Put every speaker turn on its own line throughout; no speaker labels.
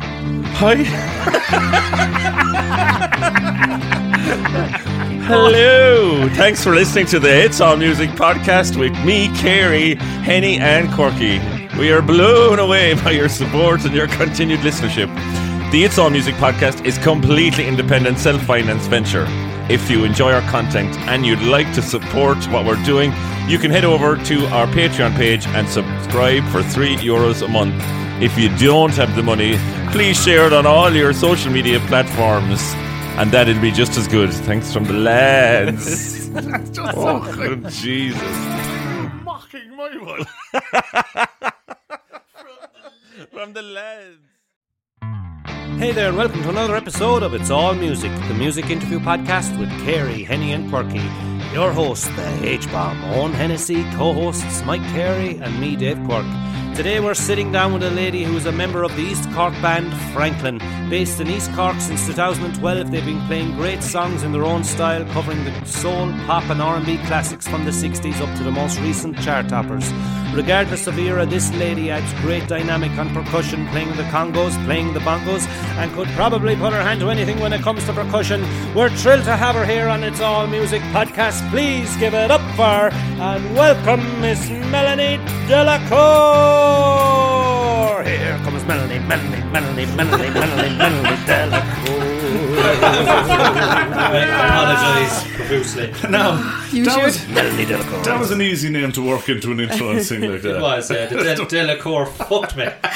Hi. Hello. Thanks for listening to the Hits All Music podcast with me, Carey, Henny, and Corky. We are blown away by your support and your continued listenership. The It's All Music podcast is completely independent self-financed venture. If you enjoy our content and you'd like to support what we're doing, you can head over to our Patreon page and subscribe for 3 euros a month. If you don't have the money, please share it on all your social media platforms. And that'll be just as good. Thanks from the lads. oh, Jesus.
Mocking my one.
From the lads.
Hey there, and welcome to another episode of It's All Music, the music interview podcast with Carey, Henny, and Quirky. Your host, the H Bomb, Owen Hennessy, co hosts Mike Carey and me, Dave Quirk. Today we're sitting down with a lady who is a member of the East Cork band Franklin. Based in East Cork since 2012, they've been playing great songs in their own style, covering the soul, pop, and R&B classics from the 60s up to the most recent chart toppers. Regardless of era, this lady adds great dynamic on percussion, playing the congos, playing the bongos, and could probably put her hand to anything when it comes to percussion. We're thrilled to have her here on It's All Music podcast. Please give it up for her and welcome Miss Melanie Delacour. Here comes Melanie, Melanie, Melanie, Melanie, Melanie, Melanie Delacour. I apologise profusely.
No,
You
that
should.
was,
Melanie Delacour.
that was an easy name to work into an intro and sing like that.
It was. Uh, the De- Delacour fucked me.
wondering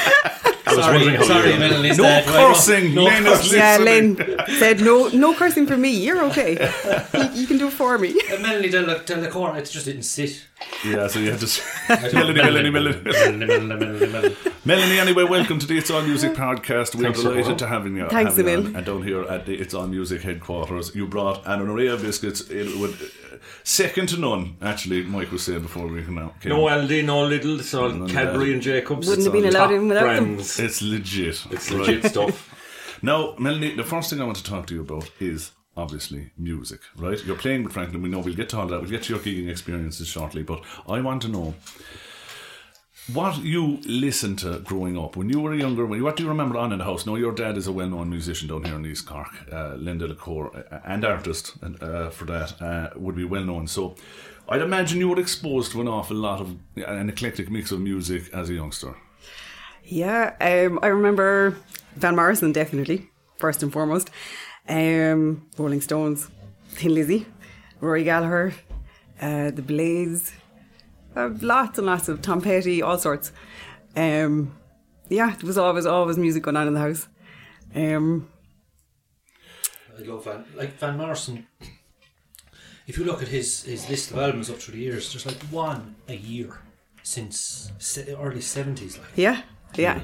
how
sorry,
you-
sorry, Melanie.
No
Dad, why not?
cursing,
No
Lane is
cursing.
Yeah,
listening.
Lynn said no, no cursing for me. You're okay. You, you can do it for me.
Uh, Melanie Del- Delacour, it just didn't sit.
Yeah, so you had to.
I don't-
Melanie, Melanie, Melanie.
Melanie, Melanie, Melanie, Melanie.
Melanie, anyway, welcome to the It's All Music podcast. We're delighted to have you.
Thanks
have you
a
on.
mil.
And down here at the It's All Music headquarters, you brought an array of biscuits. It would uh, second to none. Actually, Mike was saying before we came out.
No Aldi, no Lidl, it's all
None of
Cadbury
that.
and Jacobs.
Wouldn't have been
It's all
allowed
top
in without them.
brands.
It's legit.
It's legit stuff.
Now, Melanie, the first thing I want to talk to you about is obviously music, right? You're playing with Franklin. We know we'll get to all that. We'll get to your gigging experiences shortly, but I want to know what you listened to growing up when you were younger. When what do you remember on in the house? Now, your dad is a well-known musician down here in East Cork, uh, Linda Lacour, uh, and artist, and uh, for that uh, would be well known. So. I'd imagine you were exposed to an awful lot of an eclectic mix of music as a youngster.
Yeah, um, I remember Van Morrison definitely first and foremost. Um, Rolling Stones, Thin Lizzy, Rory Gallagher, uh, The Blaze, uh, lots and lots of Tom Petty, all sorts. Um, yeah, there was always always music going on in the house. Um,
I love Van, like Van Morrison. If you look at his, his list of albums up through the years, there's like one a year since se- early 70s. Like,
yeah, yeah.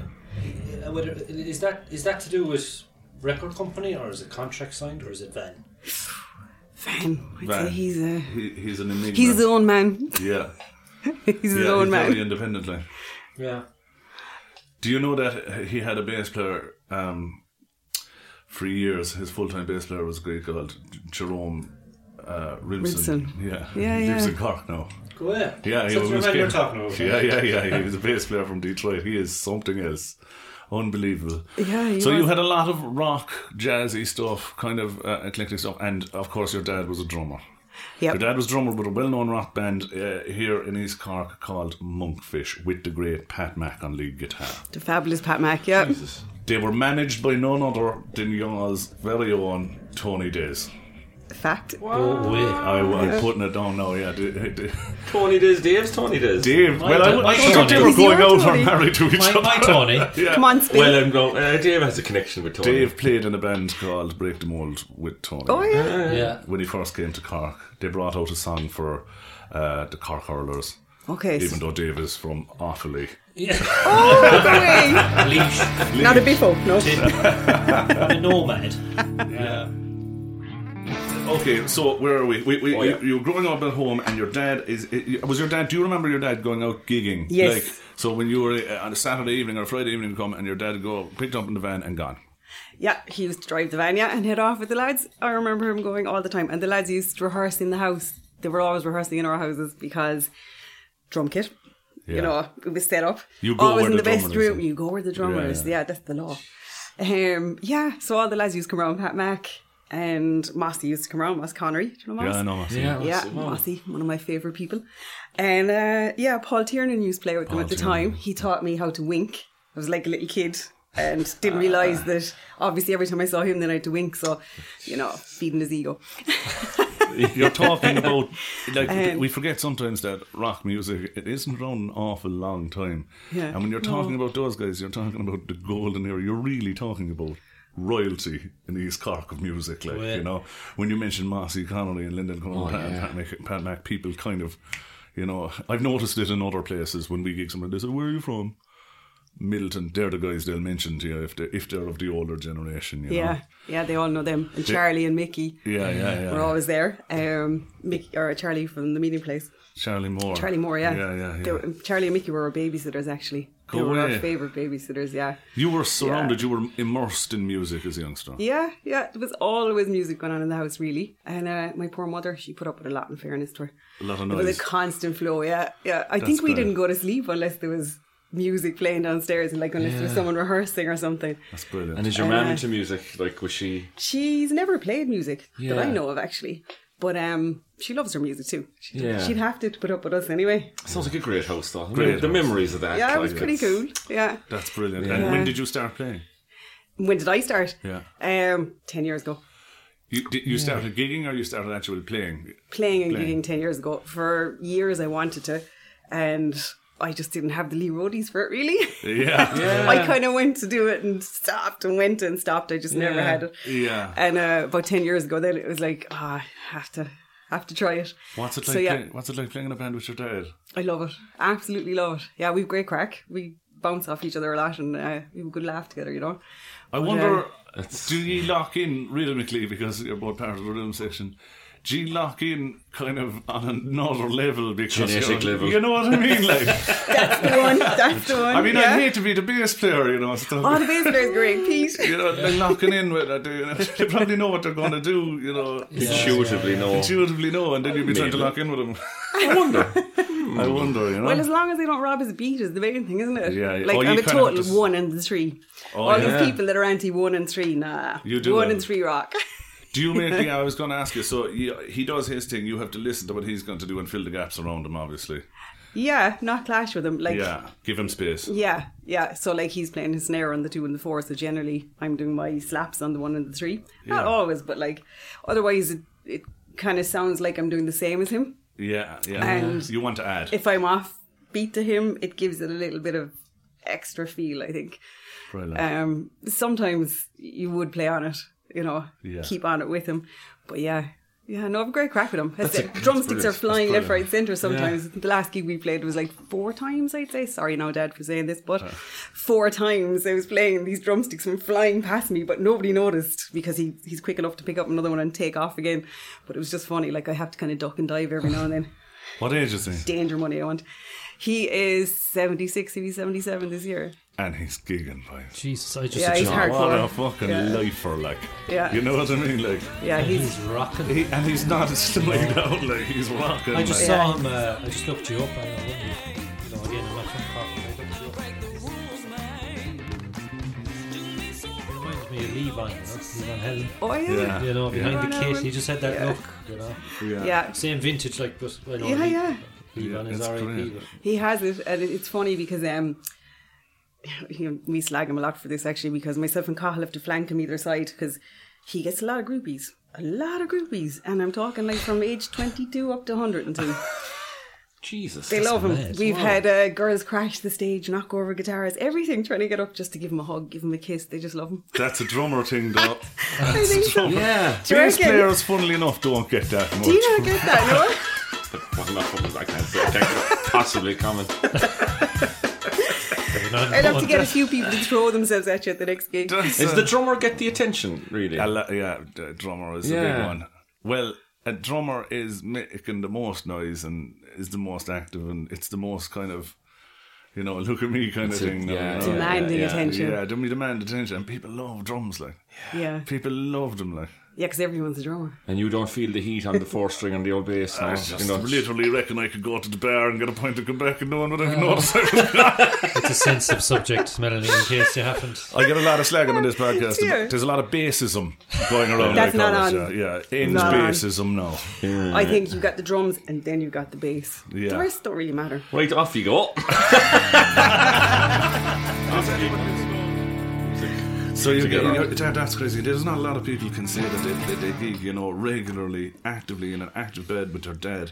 Uh, whether, is that is that to do with record company or is it contract signed or is it Van?
Van, I'd
Van.
say he's a
He, he's an enigma.
he's his own man.
yeah.
he's his
Yeah,
own
he's
man.
very independent. Like,
Yeah.
do you know that he had a bass player um, for years? His full-time bass player was a great guy called Jerome uh, Rimson.
Rimson.
Yeah,
Yeah,
he lives
yeah.
in Cork now.
Go ahead.
Yeah,
so that's the man you're talking about.
Yeah, yeah, yeah. He was a bass player from Detroit. He is something else. Unbelievable.
Yeah, he
so you
was.
had a lot of rock, jazzy stuff, kind of uh, eclectic stuff, and of course your dad was a drummer.
Yep.
Your dad was drummer with a well-known rock band uh, here in East Cork called Monkfish, with the great Pat Mack on lead guitar.
The fabulous Pat Mack, yeah.
Hmm. They were managed by none other than yours very own Tony Days.
Fact.
Oh, wait.
I, am putting it down now. Yeah, D- D-
Tony does, Dave's Tony does.
Dave. Well, I,
my
I don't think they were
Tony.
going
Your
out or
Tony.
married to each
My,
other.
my Tony.
Yeah.
Come on, speak.
Well, I'm going. Uh, Dave has a connection with Tony.
Dave played in a band called Break the Mold with Tony.
oh, yeah.
Yeah.
When he first came to Cork, they brought out a song for uh, the Cork Hurlers.
Okay.
Even
So,
though Dave is from Offaly.
Yeah.
oh, the way.
Leash.
Not a biffo, no.
I'm a nomad. Yeah.
Okay, so where are we? we, we
Oh, yeah.
you, were growing up at home, and your dad is. i- Was your dad? Do you remember your dad going out gigging?
Yes.
so when you were uh, on a Saturday evening or a Friday evening, come and your dad would go picked up in the van and gone.
Yeah, he used to drive the van, yeah, and head off with the lads. I remember him going all the time. And the lads used to rehearse in the house. They were always rehearsing in our houses because drum kit,
Yeah.
you know, it was set up.
You go
always
where
in
the
the, best
drummer is,
room.
yeah.
You go where the drummer
Yeah,
is.
yeah.
Yeah, that's the law. Um, yeah, so all the lads used to come around, Pat Mack and Mossy used to come around, Moss Connery. Do you know Moss?
Yeah, I know. Mossy.
Yeah.
Yeah,
Mossy.
Mossy, one of my favourite people. And uh, yeah, Paul Tiernan used to play with them
Paul
at the
Tiernan.
time. He taught me how to wink. I was like a little kid and didn't
Ah.
realise that obviously every time I saw him then I had to wink, so you know, feeding his ego.
You're talking about like
Um,
we forget sometimes that rock music it isn't run an awful long time.
Yeah.
And when you're talking about those guys, you're talking about the golden era. You're really talking about royalty in the East Cork of music, like
Well-
you know. When you mention Mossy Connolly and Lyndon Conn and Pat, Pat, Mac, Pat Mac, people kind of, you know, I've noticed it in other places when we gig somewhere. They say, "Where are you from?" Middleton. They're the guys they'll mention to you if they if they're of the older generation. You
Yeah,
Know?
yeah, they all know them. And Charlie and Mickey
Yeah, yeah, yeah.
were always there. Um, Mickey or Charlie from the meeting place.
Charlie Moore.
Charlie Moore, yeah.
Yeah, yeah, yeah.
They were- Charlie and Mickey were our babysitters actually.
Go
they were
away.
our favourite babysitters, yeah.
You were surrounded, you were immersed in music as a youngster.
Yeah, yeah. There was always music going on in the house, really. And uh, my poor mother, she put up with a lot, in fairness to her.
A lot of
It was
noise.
a constant flow, yeah. yeah. I
That's
think we
good.
didn't go to sleep unless there was music playing downstairs, like unless there was
Yeah.
someone rehearsing or something.
That's brilliant.
And is your mum
Uh,
into music? Like, was she?
She's never played music that I
Yeah.
know of, actually. But um, she loves her music too. She'd,
Yeah.
she'd have to put up with us anyway.
Sounds like a great house, though. I mean,
Great
the
house.
memories of that.
Yeah, it
like,
was pretty
that's-
cool. Yeah.
That's brilliant. And when did you start playing?
When did I start?
Yeah.
Um, 10 years ago.
You, did you started gigging or you started actually playing?
playing and
Playing.
gigging 10 years ago. For years, I wanted to, and I just didn't have the Lee Roadies for it, really.
Yeah. yeah.
I kind of went to do it and stopped and went and stopped. I just never
Yeah.
had it. And uh, about 10 years ago, then it was like, ah, I have to. Have to try it.
What's it like?
So yeah,
play- what's it like playing in a band with your dad?
I love it. Absolutely love it. Yeah, we've great crack. We bounce off each other a lot, and uh, we have a good laugh together. You know.
I wonder, do ye lock in rhythmically because you're both part of the rhythm section? Do you lock in kind of on another level because
Genetic
you're,
level.
You know what I mean? Like,
That's the one. That's the one.
I mean,
yeah.
I hate to be the bass player, you know. Stuff.
Oh, the bass player's great, Pete.
you know, they're knocking in with it. You know, they probably know what they're going to do. You know,
Intuitively, no.
intuitively know, and then you'd be trying to
Maybe.
lock in with them. I wonder. I wonder. You know.
Well, as long as they don't rob his beat is the main thing, isn't it?
Yeah, yeah.
Like
Oh, you
I'm a
kind of
total
just-
one and three.
Oh,
All
yeah.
these people that are anti one and three, nah.
You do
one
it.
and three rock.
do you make? Yeah, I was going to ask you. So he, he does his thing. You have to listen to what he's going to do and fill the gaps around him. Obviously.
yeah, not clash with them. Like yeah.
Yeah. Give him space.
yeah, So like he's playing his snare on the two and the four. So generally, I'm doing my slaps on the one and the three. Not
Yeah.
always, but like otherwise, it, it kind of sounds like I'm doing the same as him.
Yeah. Yeah.
And-
you want to add.
If I'm off beat to him, it gives it a little bit of extra feel. I think.
Brilliant.
um, sometimes you would play on it, you know,
Yeah.
keep on it with him. But yeah, yeah, no, I've a great crack with him. That's it. Drumsticks are
brilliant.
flying
That's
left, right, centre sometimes. The last gig we played was like four times, I'd say. Sorry now, Dad, for saying this, but four times I was playing these drumsticks and flying past me, but nobody noticed because he, he's quick enough to pick up another one and take off again. But it was just funny. Like, I have to kind of duck and dive every now and then.
what age is he?
Danger money, I want. He is 76, he'll be 77 this year.
And he's gigging by.
Jesus, I just
Yeah, he's
adore-
hard.
What
Hardcore.
a fucking
Yeah.
lifer, like.
Yeah.
You know what I mean, like.
Yeah, he's
He's rocking.
He, and he's not slowing down, like he's rocking.
I just
like.
saw him. Uh, I just looked you up. I don't know, you know, again, I'm not from Cork, but I looked you up. It reminds me of Levon, you know, Levon Helen.
Oh
Yeah.
yeah.
You know, behind
Yeah.
the kit, he just had that look. You know,
yeah,
same vintage, like but I know
Yeah,
Le-
yeah.
Levon
Yeah,
is
that's
R.I.P.
great.
but-
He has it, and it- it's funny because um, he, we slag him a lot for this actually because myself and Cahill have to flank him either side because he gets a lot of groupies, a lot of groupies, and I'm talking like from age 22 up to 102.
Jesus.
They
that's
love him.
mad.
We've
Wow.
had uh, girls crash the stage, knock over guitars, everything, trying to get up just to give him a hug, give him a kiss. They just love him.
That's a drummer thing, though.
I think so.
Yeah.
Do you
Bass
reckon-
players, funnily enough, don't get that much.
Do you not get that? No.
Well, not from- I can't say. I can't possibly comment.
I'd have to get a few people to throw themselves at you at the next gig.
That's,
Does
uh,
the drummer get the attention, really?
a lo- yeah, the drummer is the big
Yeah.
one. Well, a drummer is making the most noise and is the most active and it's the most kind of, you know, look at me kind of
it,
thing. now,
yeah,
you know?
yeah,
Demanding
yeah.
attention.
Yeah, then we demand attention and people love drums like.
Yeah.
People loved him like.
Yeah, because everyone's a drummer.
And you don't feel the heat on the four string and the old bass.
I
No,
just
Oh, you know.
literally reckon I could go to the bar and get a pint and come back and no one would
Oh.
ever notice. I
It's a sensitive subject, Melanie, in case you haven't.
get a lot of slagging on this podcast.
Dear.
There's a lot of basism going around.
That's
I call
not
it,
on.
Yeah, yeah. Ames
Not on.
basism now.
I think you got the drums and then you got the bass.
Yeah.
The rest don't really matter.
Right off you go.
So you, you
Together.
know, that- that's crazy. There's not a lot of people can say that they, they, they gig, you know, regularly, actively in an active bed with their dad,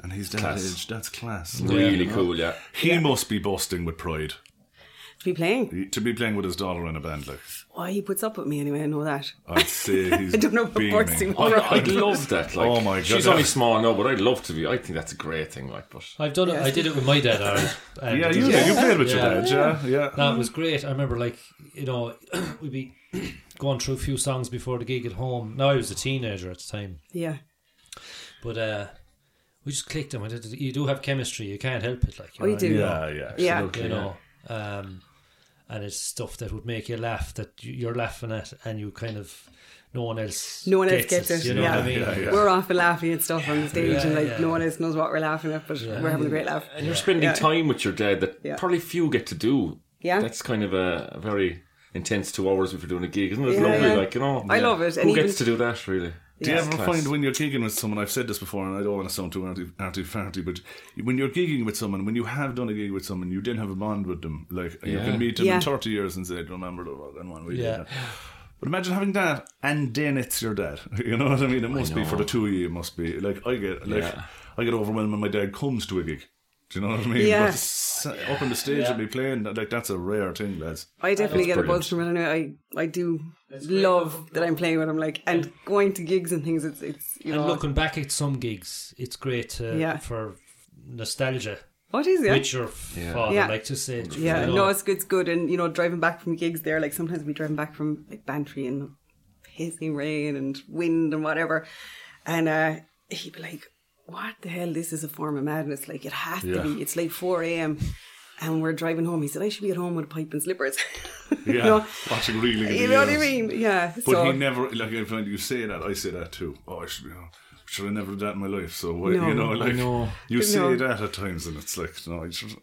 and he's that age. That's class.
really cool, yeah.
He must be busting with pride
To be playing.
He- to be playing with his daughter in a band like.
Why he puts up with me anyway, I know that.
I'd say Uh, he's.
I don't know about
beaming.
bursting
Oh,
I,
with
I'd love that. Like,
Oh my God.
She's only small now, but I'd love to be. I think that's a great thing. Like, but
I've done it. I did it with my dad. Aaron, and
Yeah, you, you played with
Yeah.
your dad, yeah, yeah.
That was great. I remember, like, you know, we'd be going through a few songs before the gig at home. Now I was a teenager at the time,
Yeah.
but uh, we just clicked them. I did- You do have chemistry. You can't help it. Like, you
Oh, you
know,
do.
Yeah, yeah,
Yeah.
absolutely.
You know, um, and it's stuff that would make you laugh that you- you're laughing at, and you kind of no one else.
No one else gets it,
You know
yeah.
what I mean?
Yeah, yeah.
We're off and laughing and stuff on the stage,
Yeah,
and like
yeah.
no one else knows what we're laughing at, but we're having a great laugh.
and you're spending
Yeah.
time with your dad that
Yeah.
probably few get to do.
Yeah.
that's kind of a, a very intense two hours if you're doing a gig, isn't it? It's
Yeah,
lovely,
yeah.
like you know.
I love it, and
Who gets
even-
to do that really?
Do you
Yeah.
ever find when you're gigging with someone? I've said this before, and I don't want to sound too arty, arty farty, but when you're gigging with someone, when you have done a gig with someone, you didn't have a bond with them. Like you
Yeah.
can meet them
Yeah.
in thirty years and say, "Remember the fucking one we did."
Yeah.
that." But imagine having that, and then it's your dad. You know what I mean? It must be for the two of you. It must be like I get like
Yeah.
I get overwhelmed when my dad comes to a gig. Do you know what I mean?
Yeah.
But s- up on the stage and be playing like that's a rare thing, lads.
I definitely get a
brilliant.
buzz from it. Anyway, I I do love that I'm playing with him, like and going to gigs and things. It's it's you
And
know
looking back at some gigs, it's great to,
Yeah.
for nostalgia
what is it?
with your father.
Yeah.
Like to say,
Yeah,
you know,
no, it's good, it's good. And you know, driving back from gigs there, like sometimes we driving back from like Bantry and hissing rain and wind and whatever, and uh, he'd be like, "What the hell? This is a form of madness. Like it has to
Yeah.
be. It's like four a.m." And we're driving home. He said, "I should be at home with a pipe and slippers." you
Yeah,
know,
watching really. good
you know what I
videos.
mean? Yeah.
But
so
he never like if you say that, I say that too. Oh, I should be. Oh, should I never do that in my life? So why,
No.
you know, like
know.
you say
No.
that at times, and it's like no, I should,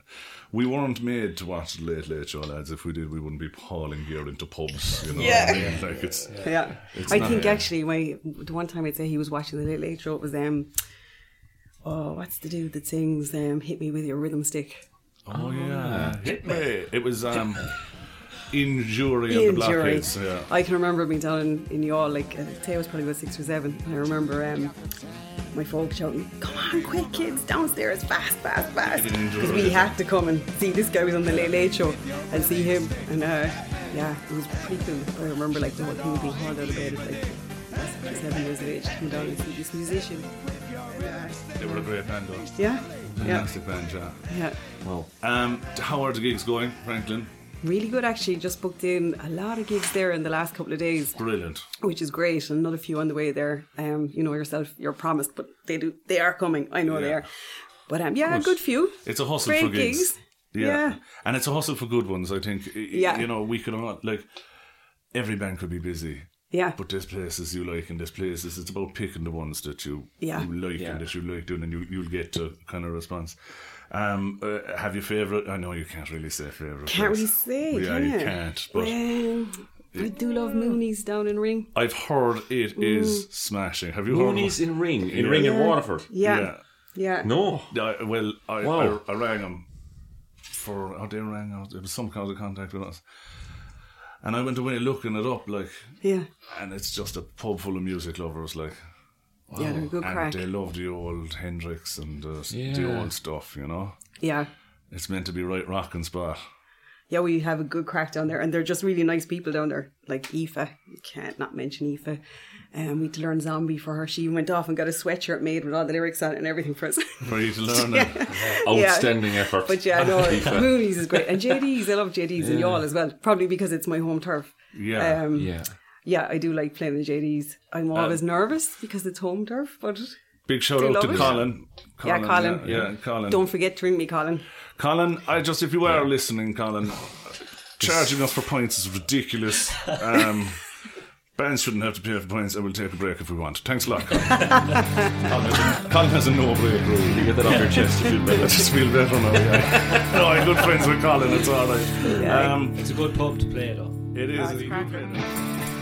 we weren't made to watch the Late Late Show, lads. If we did, we wouldn't be pouring gear into pubs. You know,
Yeah.
what I mean? like it's
yeah,
It's
I
not-
think
yeah.
actually, my the one time I'd say he was watching the Late Late Show it was um, oh, what's the dude that sings um, "Hit Me with Your Rhythm Stick"?
oh yeah, hit me. It was um, in jury of the
Ian Jury.
blockheads. Yeah.
I can remember being down in, in Yall, like, uh, Tay was probably about six or seven, and I remember um, my folk shouting, Come on, quick, kids, downstairs, fast, fast, fast.
Ian Jury.
Because we had to come and see this guy was on the Late Late Show and see him, and uh, yeah, it was pretty cool. I remember, like, the whole thing being hauled out of bed, at, like, six or seven years of age, to come down and see this musician.
They were a great band, though.
Yeah, yeah,
Fantastic band, yeah.
yeah.
Um, how are the gigs going, Franklin?
Really good, actually. Just booked in a lot of gigs there in the last couple of days.
Brilliant.
which is great. and Another few on the way there. Um, you know yourself, you're promised, but they do, they are coming. I know they
Yeah.
are. But um, yeah, a good few.
It's a hustle
Great
for gigs.
gigs.
Yeah.
Yeah.
And it's a hustle for good ones, I think. Y-
Yeah.
You know, we could not, like, every band could be busy.
Yeah,
But there's places you like and there's places it's about picking the ones that you,
Yeah.
you like
Yeah.
and that you like doing and you, you'll get to kind of response. Um, uh, have your favourite? I know you can't really say favourite.
can't
place.
really say.
Yeah,
can
you
I?
can't. But
well, Um, I do love Moonies down in Ring.
I've heard it is smashing. Have you
Mooney's
heard?
in Ring, in Ring in Waterford.
Yeah, yeah.
Yeah.
No,
I, well, I,
Wow.
I, I rang him for oh they rang out. It was some kind of contact with us, and I went away looking it up like,
Yeah.
and it's just a pub full of music lovers like.
Yeah, they're a good
and
crack.
they love the old Hendrix and the, the
Yeah.
old stuff, you know.
Yeah.
It's meant to be right rock and spot.
Yeah, we have a good crack down there, and they're just really nice people down there. Like Aoife, you can't not mention Aoife. Um, we had to learn Zombie for her. She went off and got a sweatshirt made with all the lyrics on it and everything for us.
For you to learn. it.
outstanding effort.
But yeah, no, Moonies is great. And JD's, I love JD's and y'all as well. Probably because it's my home turf.
Yeah. Um,
Um, yeah.
yeah.
I do like playing the JD's. I'm always nervous because it's home turf, but
Big shout
Do you
out to
love it?
Colin.
Yeah, Colin.
Yeah, yeah, Colin.
don't forget to ring me, Colin.
Colin, I just if you are listening, Colin, charging us for points is ridiculous. Um, Bands shouldn't have to pay for points, and we'll take a break if we want. Thanks a lot, Colin. Colin Colin has a no break rule.
You get that off your chest, you feel
I
better.
just feel better now. Yeah. no, I'm good friends with Colin, it's alright. Um,
It's a good pub to play though.
it is.
it's cracking.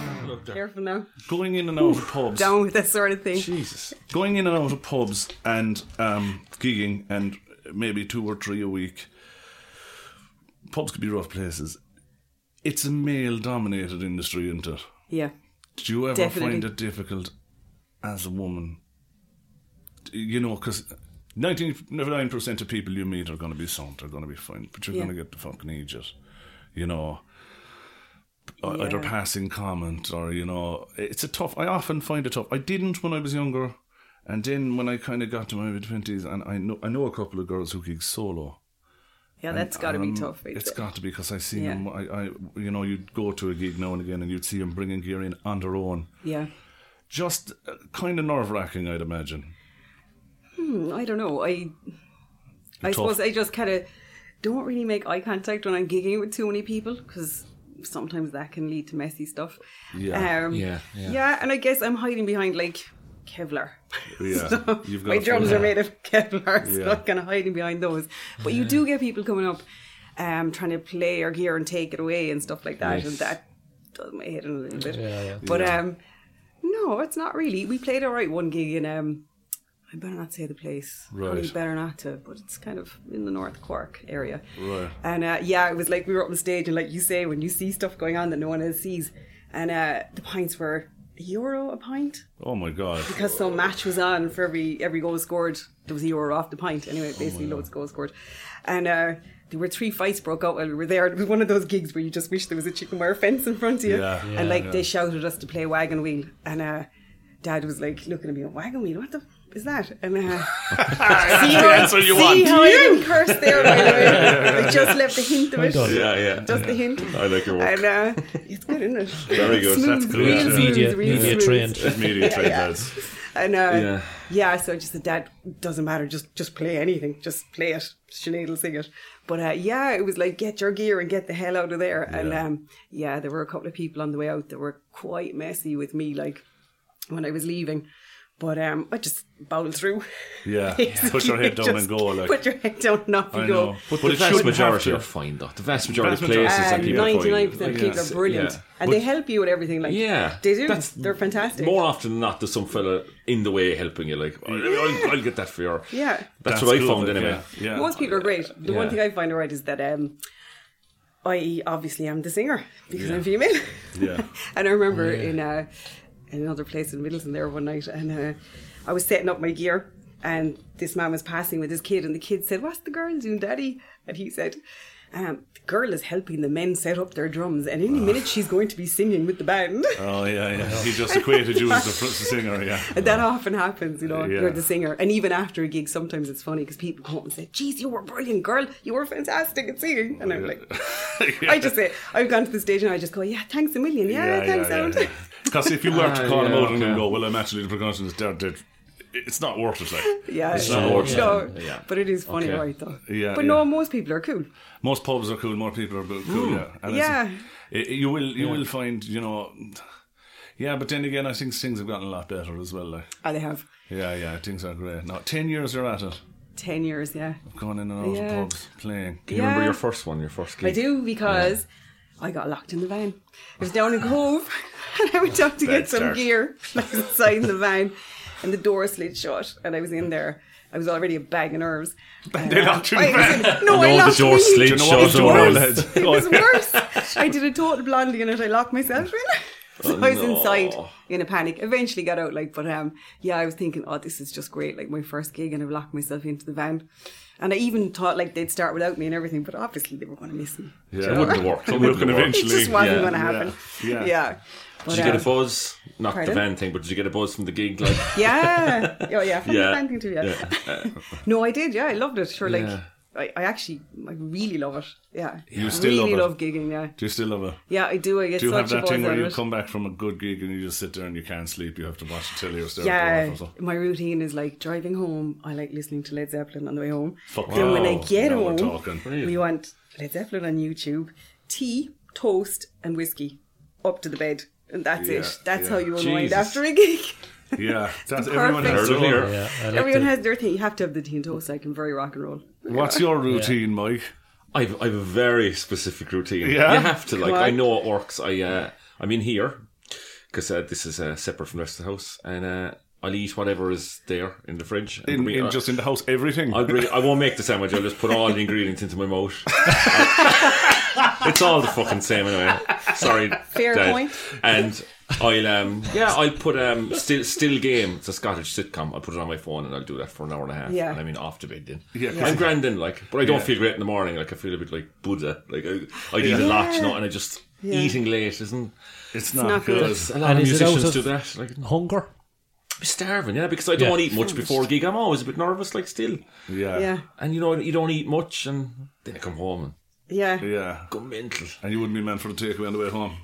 Careful now.
Going in and out of pubs.
Down with that sort of thing.
Jesus.
going in and out of pubs and um, gigging and maybe two or three a week. Pubs could be rough places. It's a male dominated industry, isn't it?
Yeah.
Do you ever
Definitely.
find it difficult as a woman? You know, because 99% of people you meet are going to be sound, are going to be fine, but you're
Yeah.
going to get the fucking idiot. You know, e- either
Yeah.
passing comment or, you know, it's a tough, I often find it tough. I didn't when I was younger, and then when I kind of got to my mid 20s, and I know, I know a couple of girls who gig solo.
Yeah, that's got to be
Um,
tough. I'd
It's
say.
got to be because I see
Oh, Yeah.
them. I, I, you know, you'd go to a gig now and again, and you'd see them bringing gear in on their own.
yeah.
Just uh, kind of nerve wracking, I'd imagine.
Hmm, I don't know. I I
Tough.
suppose I just kind of don't really make eye contact when I'm gigging with too many people because sometimes that can lead to messy stuff.
Yeah.
Um,
Yeah, yeah.
and I guess I'm hiding behind like Kevlar.
Yeah, you've got
My
a
drums
full-
are made of Kevlar, so
Yeah.
I'm kind of hiding behind those. But you do get people coming up, um, trying to play your gear and take it away and stuff like that, and that does my head in a little bit. But um, no, it's not really. We played all right one gig in um, I better not say the place. Probably
Right.
better not to, but it's kind of in the North Cork area.
Right.
And uh, yeah, it was like we were up on stage, and like you say, when you see stuff going on that no one else sees, and uh, the pints were a euro a pint
Oh my god.
because some match was on for every every goal scored. There was a euro off the pint anyway.
Oh
Basically, loads of goals scored, and uh, there were three fights broke out while we were there. It was one of those gigs where you just wish there was a chicken wire fence in front of you,
Yeah. Yeah,
and like
yeah.
they shouted us to play wagon wheel, and uh, Dad was like looking at me, wagon wheel, what the. f- Is that? And uh, see how, I,
answer you
see
want.
how I didn't curse there. By the way. I just left a hint of it.
Yeah, yeah.
Just a hint.
I like your work.
And uh, it's good, isn't it?
Very good. That's
Smooth,
good.
real
Yeah.
smooth,
Media,
real
media
smooth.
trained.
Media trade
yeah.
lads.
And uh,
Yeah.
yeah. so I just said, Dad, doesn't matter. Just just play anything. Just play it. Sinead will sing it. But uh, yeah, it was like get your gear and get the hell out of there. And
Yeah.
um, yeah, there were a couple of people on the way out that were quite messy with me, like when I was leaving. But um, I just bowled through.
Yeah. Put your head down
Just
and go. Like
put your head down and off you
I
go.
know.
But the
it
vast
shouldn't have
majority
to.
are fine, though. The vast majority
Vast
of
majority.
places
Uh,
that people are fine.
99% of
Like,
people
yeah.
are brilliant.
Yeah.
And
But
they help you with everything. Like,
Yeah.
They do.
That's-
They're fantastic.
More often than not, there's some fella in the way helping you. Like, "Oh, I'll, I'll, I'll get that for you.
Yeah.
That's, what I
good,
found
yeah.
anyway.
Yeah.
Most people are great. The
Yeah.
one thing I find alright is that um, I obviously am the singer because
Yeah.
I'm female.
Yeah.
and I remember in uh, in another place in Middleton there one night, and uh, I was setting up my gear, and this man was passing with his kid, and the kid said, "What's the girl doing, Daddy?" And he said. Um, the girl is helping the men set up their drums, and
Ah.
any minute she's going to be singing with the band.
Oh yeah, yeah. He just equated you as the fr- singer. Yeah.
And that often happens, you know,
Yeah.
you're the singer. And even after a gig, sometimes it's funny because people come up and say, Geez, you were brilliant, girl. You were fantastic at singing. And I'm like, I just say, I've gone to the stage and I just go, Yeah, thanks a million. Yeah, thanks, Alan.
Because if you were to call him
Ah, yeah,
out and
okay.
go, well, I'm actually the percussionist, they're dead. It's not worth it. Like.
Yeah,
It's not worth it.
no,
Yeah.
but it is funny,
Okay.
right? Though,
Yeah,
but
yeah.
no, most people are cool.
most pubs are cool. More people are cool.
Hmm.
Yeah, and it's-
Yeah.
it- you will you will find you know. Yeah, but then again, I think things have gotten a lot better as well. Like,
And they have
yeah, yeah, things are great. Now, ten years you're at it,
ten years. Yeah,
going in and out
Yeah.
of pubs playing.
You remember
Yeah.
your first one, your first gig?
I do because I got locked in the van. It was down in Cove, and I went down to
Bad
get some
start.
gear like, inside the van, and the door slid shut, and I was in there. I was already a bag of nerves. Uh,
They locked you in the
I was
van.
in- No, I
No,
locked
the door
me.
slid
It was
shut,
worse.
Donald.
It was worse. I did a total blondie in it. I locked myself in. So
Oh,
I was
no.
inside in a panic. Eventually got out, like, but um, yeah, I was thinking, oh, this is just great, like my first gig, and I've locked myself into the van. And I even thought like they'd start without me and everything, but obviously they were going to miss me.
It wouldn't have worked. It
Look,
wouldn't
and
have worked.
It
eventually,
just wasn't
yeah,
going to happen.
yeah.
Yeah.
Did
But,
you get a
um,
buzz? Not the
Pardon?
van thing, but did you get a buzz from the gig? Like,
yeah, yeah, yeah. From
Yeah.
the fan thing too, yeah.
yeah.
No, I did. Yeah, I loved it. Sure, like
Yeah.
I, I actually, I really love it. Yeah,
You still
really
love
love,
it.
gigging. Yeah,
Do you still love it?
yeah, I do. I get
Do you
such
have that
a buzz
thing where
out
you
of it.
come back from a good gig and you just sit there and you can't sleep? You have to watch the telly or stare at the
Yeah,
wall or something.
my routine is like driving home. I like listening to Led Zeppelin on the way home.
Fuck
then when I
wow.
get
Now we're
home,
talking.
we want Led Zeppelin on YouTube, tea, toast, and whiskey up to the bed. And that's it.
Yeah,
That's
yeah.
how you unwind
Jesus.
after a gig.
Yeah, that's
The
everyone
perfect
has
storm.
their own.
Yeah,
Everyone has their thing. You have to have the tea and toast. I can very rock and roll.
What's your routine, Mike?
I've, I've a very specific routine.
Yeah?
You have to, like,
Come on.
I know it works. I, uh, I'm in here because uh, this is uh, separate from the rest of the house, and uh, I'll eat whatever is there in the fridge. And
In,
we-
in
uh,
just in the house, everything.
I'll bring, I won't make the sandwich. I'll just put all the ingredients into my mouth. it's all the fucking same anyway. Sorry.
Fair
Dad.
point.
And I'll um yeah I'll put um still still game. It's a Scottish sitcom. I'll put it on my phone and I'll do that for an hour and a half.
Yeah.
And I mean off to bed then.
Yeah, 'cause-
I'm grand then like, but I don't
Yeah.
feel great in the morning. Like I feel a bit like Buddha. Like I, I eat a lot, you know, and I just eating late isn't.
it's not,
not
good.
good.
A lot
And
of
is it out
musicians
of-
do that. Like I'd
Hunger?
be starving, yeah, because I don't
Yeah.
want to eat much before a gig. I'm always a bit nervous, like still
Yeah.
Yeah,
yeah,
and you know you don't eat much, and then I come home and
yeah.
go mental.
And you wouldn't be meant for the takeaway on the way home.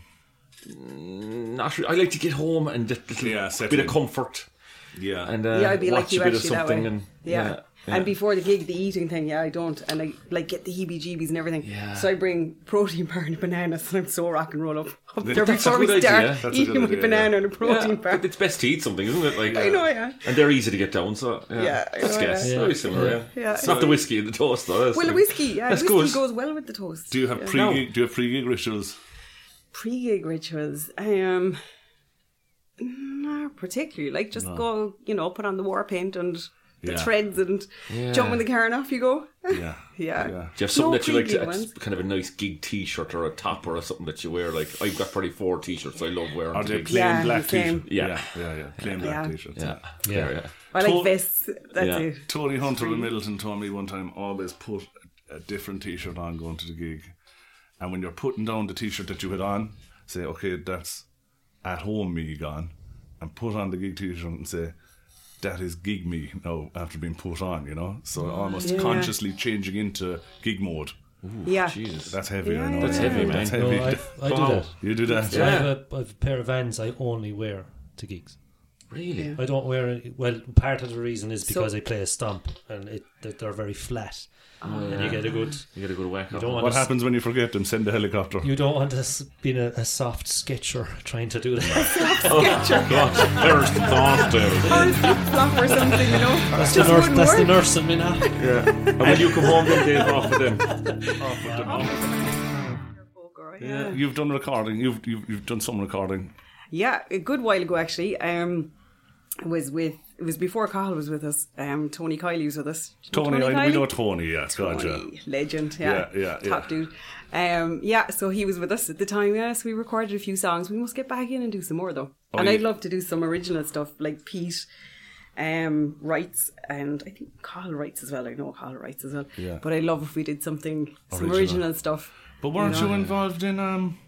Not really, I like to get home and that little
Yeah,
bit
settle
of
in.
comfort
Yeah,
and uh,
yeah, I'd be
watch
like you
a bit of
actually that way.
something and
yeah.
yeah.
And before the gig, the eating thing, yeah, I don't, and I like get the heebie-jeebies and everything.
Yeah.
So I bring protein bar and bananas, and I'm so rock and roll up, up there
That's
a
before we
good idea.
start
That's
a good
eating my
idea,
banana
yeah.
and a
Yeah,
protein bar.
but it's best to eat something, isn't it? Like uh,
I know, yeah.
and they're easy to get down. So yeah,
Yeah, I
that's
know,
gas.
yeah.
Very similar. Yeah.
Yeah.
it's not the whiskey and the toast though. That's
Well, the
like-
whiskey, yeah,
that's
whiskey
good.
goes well with the toast.
do you have pre gig? Do you have pre gig rituals?
pre-gig rituals? Um, not particularly. Like just go, you know, put on the war paint and the
Yeah.
threads and jump in the car and off you go.
Yeah,
yeah.
Do you have something
No
that you like?
pre-gig
To,
ones.
it's kind of a nice gig T-shirt or a top or something that you wear. Like I've got probably four T-shirts I love wearing.
Are
to
they
gigs.
plain
Yeah,
black
same.
t-shirts?
Yeah.
yeah, yeah. Plain black
Yeah.
t-shirts.
yeah,
Yeah.
yeah, yeah.
I
Tor-
like vests. That's
Yeah.
it.
Tony Hunter in Middleton told me one time always put a, a different t-shirt on going to the gig, and when you're putting down the t-shirt that you had on, say, okay, that's at home me gone, and put on the gig t-shirt and say. That is gig me now after being put on, you know. So almost
Mm, Yeah.
consciously changing into gig mode.
yeah.
Jesus,
That's heavy, I know.
That's
heavy, man.
That's
No,
heavy.
No, I, I do
Wow.
that.
you do that.
So I, have a, I have a pair of vans I only wear to gigs.
really?
I don't wear it. Well, part of the reason is because
So-
I play a stomp and it that they're very flat,
Ah.
and you get a good.
You gotta go to whack
You
up.
don't want
What
to, s-
happens when you forget them? Send the helicopter.
You don't want to s- being a, a soft sketcher trying to do that.
First thought, dude.
Or a flip flop or something, you know.
that's the
just
nurse.
wouldn't
That's the
work.
nurse in me now.
And when you come home, then days off with them.
Yeah.
You've done recording. You've, you've you've done some recording.
yeah, a good while ago actually. Um, I was with it was before Carl was with us. Um, Tony Kiley was with us. Do you know
Tony, I, we
Kiley?
know Tony. Yeah, gotcha.
Tony, legend, yeah,
Yeah, yeah, yeah.
top dude. Um, yeah, so he was with us at the time. Yes, we recorded a few songs. We must get back in and do some more though. and
Oh, yeah.
I'd love to do some original stuff like Pete um, writes, and I think Carl writes as well. I know Carl writes as well.
Yeah.
But I love if we did something some
Original.
original stuff.
But weren't you, involved in um,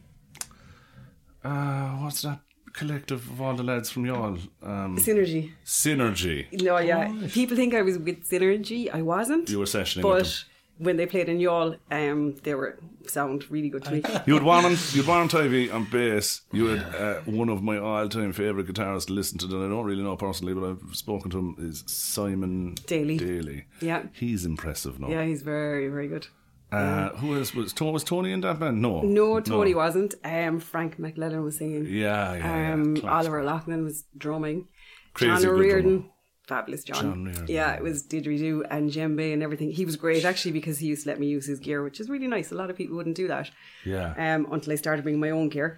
uh, what's that collective of all the lads from y'all? Um,
Synergy.
Synergy.
No, yeah. People think I was with Synergy. I wasn't.
You were sessioning
But
with them.
when they played in Yall, um, they were sound really good to me.
You had Warren, you had Warren Tivey on bass. You had uh, one of my all-time favorite guitarists to listen to that I don't really know personally, but I've spoken to him. Is Simon
Daly.
Daly.
Yeah.
he's impressive now.
yeah, he's very, very good.
Uh, who else was Tony? Was Tony in that band? No.
No, Tony wasn't. Um, Frank McLellan was singing.
Yeah, yeah. yeah.
Um,
Class.
Oliver Loughlin was drumming.
Crazy
John
good
O'Riordan,
drummer.
fabulous John.
John O'Riordan,
yeah, it was didgeridoo and djembe and everything. He was great actually because he used to let me use his gear, which is really nice. A lot of people wouldn't do that.
Yeah.
Um, until I started bringing my own gear.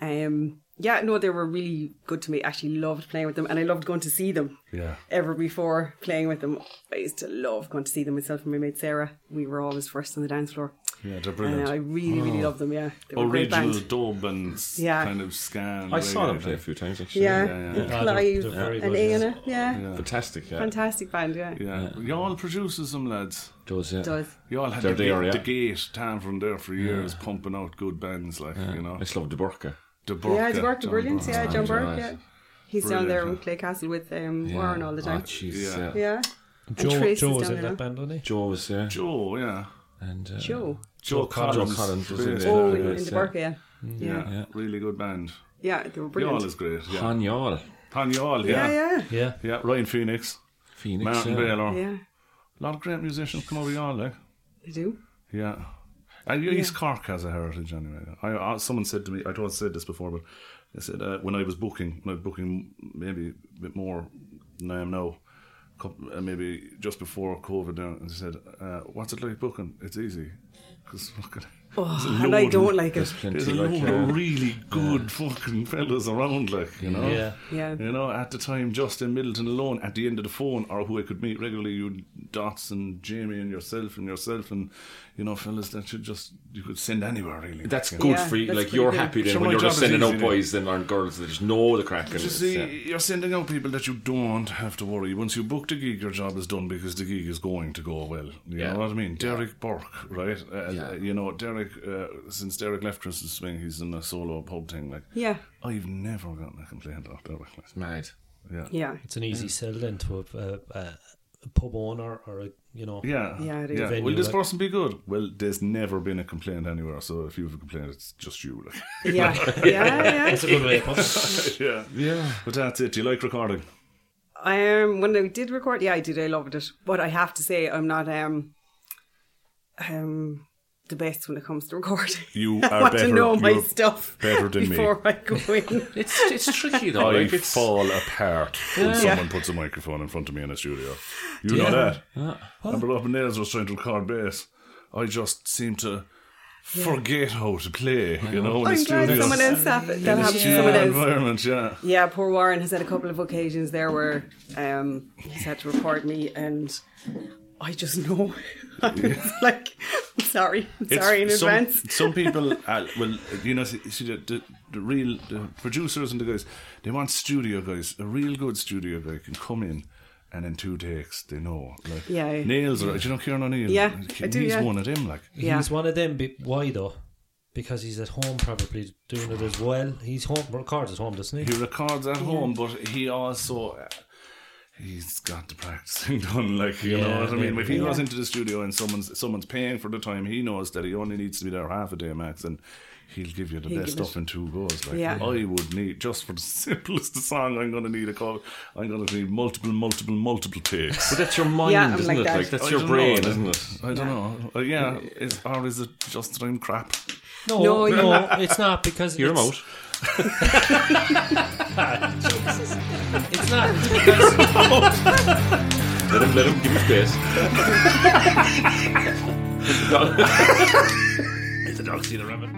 Um, yeah, no, they were really good to me. Actually, loved playing with them, and I loved going to see them.
Yeah.
Ever before playing with them, I used to love going to see them. Myself and my mate Sarah, we were always first on the dance floor.
Yeah, they're
And
brilliant.
I really, really loved them. Yeah, they were a Uh, great
Original
band.
dub and s-
Yeah.
kind of scan.
I saw them play
eh?
a few times actually.
Yeah,
yeah,
and
yeah.
Clive
They're- they're very
and
good, yeah.
Aina. Yeah.
Fantastic. Yeah.
fantastic band. Yeah,
Yeah, y'all produces some lads.
Does, yeah.
does
Y'all had the,
They're there,
the,
yeah.
the gate down from there for years, pumping out good bands like you know.
I just love the burka.
De
yeah,
Burke,
he's worked
John
with Brilliant.
Burke.
Yeah, John Burke.
right.
Yeah, he's down
Brilliant,
there in
yeah.
Clay Castle with um, Warren all the
Oh,
time.
jeez.
Yeah.
Yeah.
yeah, and
Joe,
Trace
Joe
is
was
down
in
there.
that
now.
band, wasn't he?
Joe was yeah.
Joe, yeah,
And uh,
Joe.
Joe,
Collins.
Collins,
Joe Collins was in
bass
there.
player.
Oh,
yeah,
in, in the
yeah.
Burke, yeah.
Oh, yeah.
Yeah.
yeah, really good band.
yeah, they were
Y'all
brilliant.
is great. Yeah,
Han Yall,
Han Y'all,
yeah,
yeah. yeah,
yeah,
Yeah,
Ryan Phoenix,
Phoenix,
Martin
Oh.
yeah.
Baylor,
yeah.
a lot of great musicians come over y'all, like
They do.
yeah. And East Cork has a heritage anyway. I, I someone said to me, I don't said this before, but I said uh, when I was booking, when I was booking maybe a bit more than I am now, couple, uh, maybe just before COVID, now, and they said, uh, "What's it like booking? It's easy." Because fucking, there's a
Oh, and I
load of-
don't like it.
plenty
There's a
like,
load
uh,
of really good fucking fellas around, like you know.
Yeah.
Yeah.
You know, at the time, Justin Middleton alone, at the end of the phone, or who I could meet regularly, you Dots and Jamie and yourself and yourself and you know, fellas that you just you could send anywhere really.
That's
you know.
good
Yeah,
for you.
that's
Like
pretty
you're
good.
happy then
Sure,
when
my
you're just
job is
sending out
easy, then.
boys then aren't girls that just know the crack. And
But you
it's,
see,
yeah.
you're sending out people that you don't have to worry. Once you book the gig, your job is done because the gig is going to go well. You
Yeah.
know what I mean? Derek Burke, right? Uh, You know, Derek, uh, since Derek left Christmas Swing, he's in a solo pub thing. Like,
Yeah.
I've never gotten a complaint about Derek. Like,
mad.
yeah.
Yeah.
It's an easy sell then to a, a, a- a pub owner or a, you know.
Yeah.
Yeah, it is.
yeah.
Venue,
Will this
like-
person be good? Well, there's never been a complaint anywhere, so if you have a complaint, it's just you. Like.
Yeah. Yeah. Yeah.
That's a good way. of putting it.
yeah. Yeah. But that's it. Do you like recording?
Um, when I did record, yeah, I did. I loved it. But I have to say, I'm not um, um, the best when it comes to recording.
You
I
are
want
better-
to know my
you're
stuff
better than me.
before I go in.
It's it's tricky though.
I
like, it's,
fall apart when
Yeah.
someone puts a microphone in front of me in a studio. You know that. Remember up in Nails was trying to record bass. I just seem to forget how to play, you know, in a
I'm glad
studio.
someone else have it. That
in a
happened to
studio
someone else.
environment, yeah.
Yeah, poor Warren has had a couple of occasions there where um, he's had to record me, and I just know. It's like, I'm sorry, I'm
It's-
sorry in
some,
advance.
some people, uh, well, you know, see, see the, the, the real the producers and the guys, they want studio guys. A real good studio guy can come in. And in two takes, they know. Like,
Yeah, yeah.
Nails are. Do you know Kieran O'Neill?
Yeah, I
He's
do, yeah.
one of them, like.
Yeah.
He's one of them. Be- why though? Because he's at home probably doing it as well. He's home, records at home, doesn't he?
He records at home, but he also uh, he's got the practicing done. Like you know
Yeah,
what I mean.
yeah,
if he goes into the studio and someone's someone's paying for the time, he knows that he only needs to be there half a day max, and he'll give you the
He'll
best
give it-
stuff in two goes. Like
Yeah.
I would need just for the simplest song, I'm going to need a call. I'm going to need multiple, multiple, multiple takes.
but that's your mind,
Yeah, I'm
isn't
like
it?
that.
Like that's
I
your
don't
brain,
know.
isn't it?
I don't know. Uh, yeah, is, or is it just that I'm crap?
No,
No,
no,
you-
it's not because
Hear 'em
it's,
out.
It's not.
Let him let him give you space.
Is the dog see the rabbit?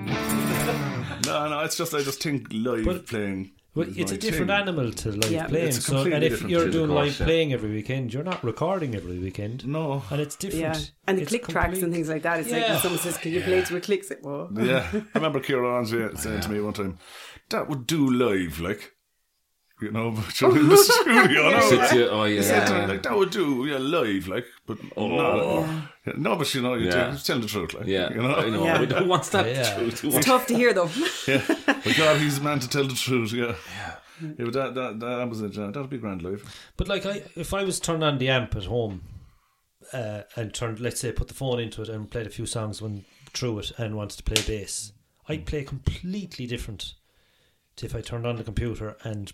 no, no. It's just I just think live
But-
playing.
Well,
is
it's
my
a different
thing.
animal to live
Yeah.
playing.
It's a
So,
completely
and if
different
you're
thing,
doing
of
live
course, yeah.
playing every weekend, you're not recording every weekend.
No.
and it's different.
Mm. Yeah, and the
It's
click tracks and
complete-
things like that. It's like
Yeah.
when someone says, "Can you play to a click?" It's like, "Whoa."
Yeah, I remember Kieran saying saying to me one time, "That would do live, like, you know, but you're in the studio." and I was
Sits
like-
you- oh
I said to him,
yeah.
like, that would do, yeah, live, like, but
Oh.
no, no, but you know, you
Yeah.
tell telling the truth, like,
Yeah,
you know,
I know.
Yeah.
We don't want that.
Yeah.
truth. We
It's
want-
tough to hear though.
yeah. But God, he's a man to tell the truth, yeah, yeah. but that that that was it. yeah. That'd be grand live.
But like, I, if I was turned on the amp at home, uh, and turned, let's say, put the phone into it and played a few songs when through it and wanted to play bass, I'd play completely different to if I turned on the computer and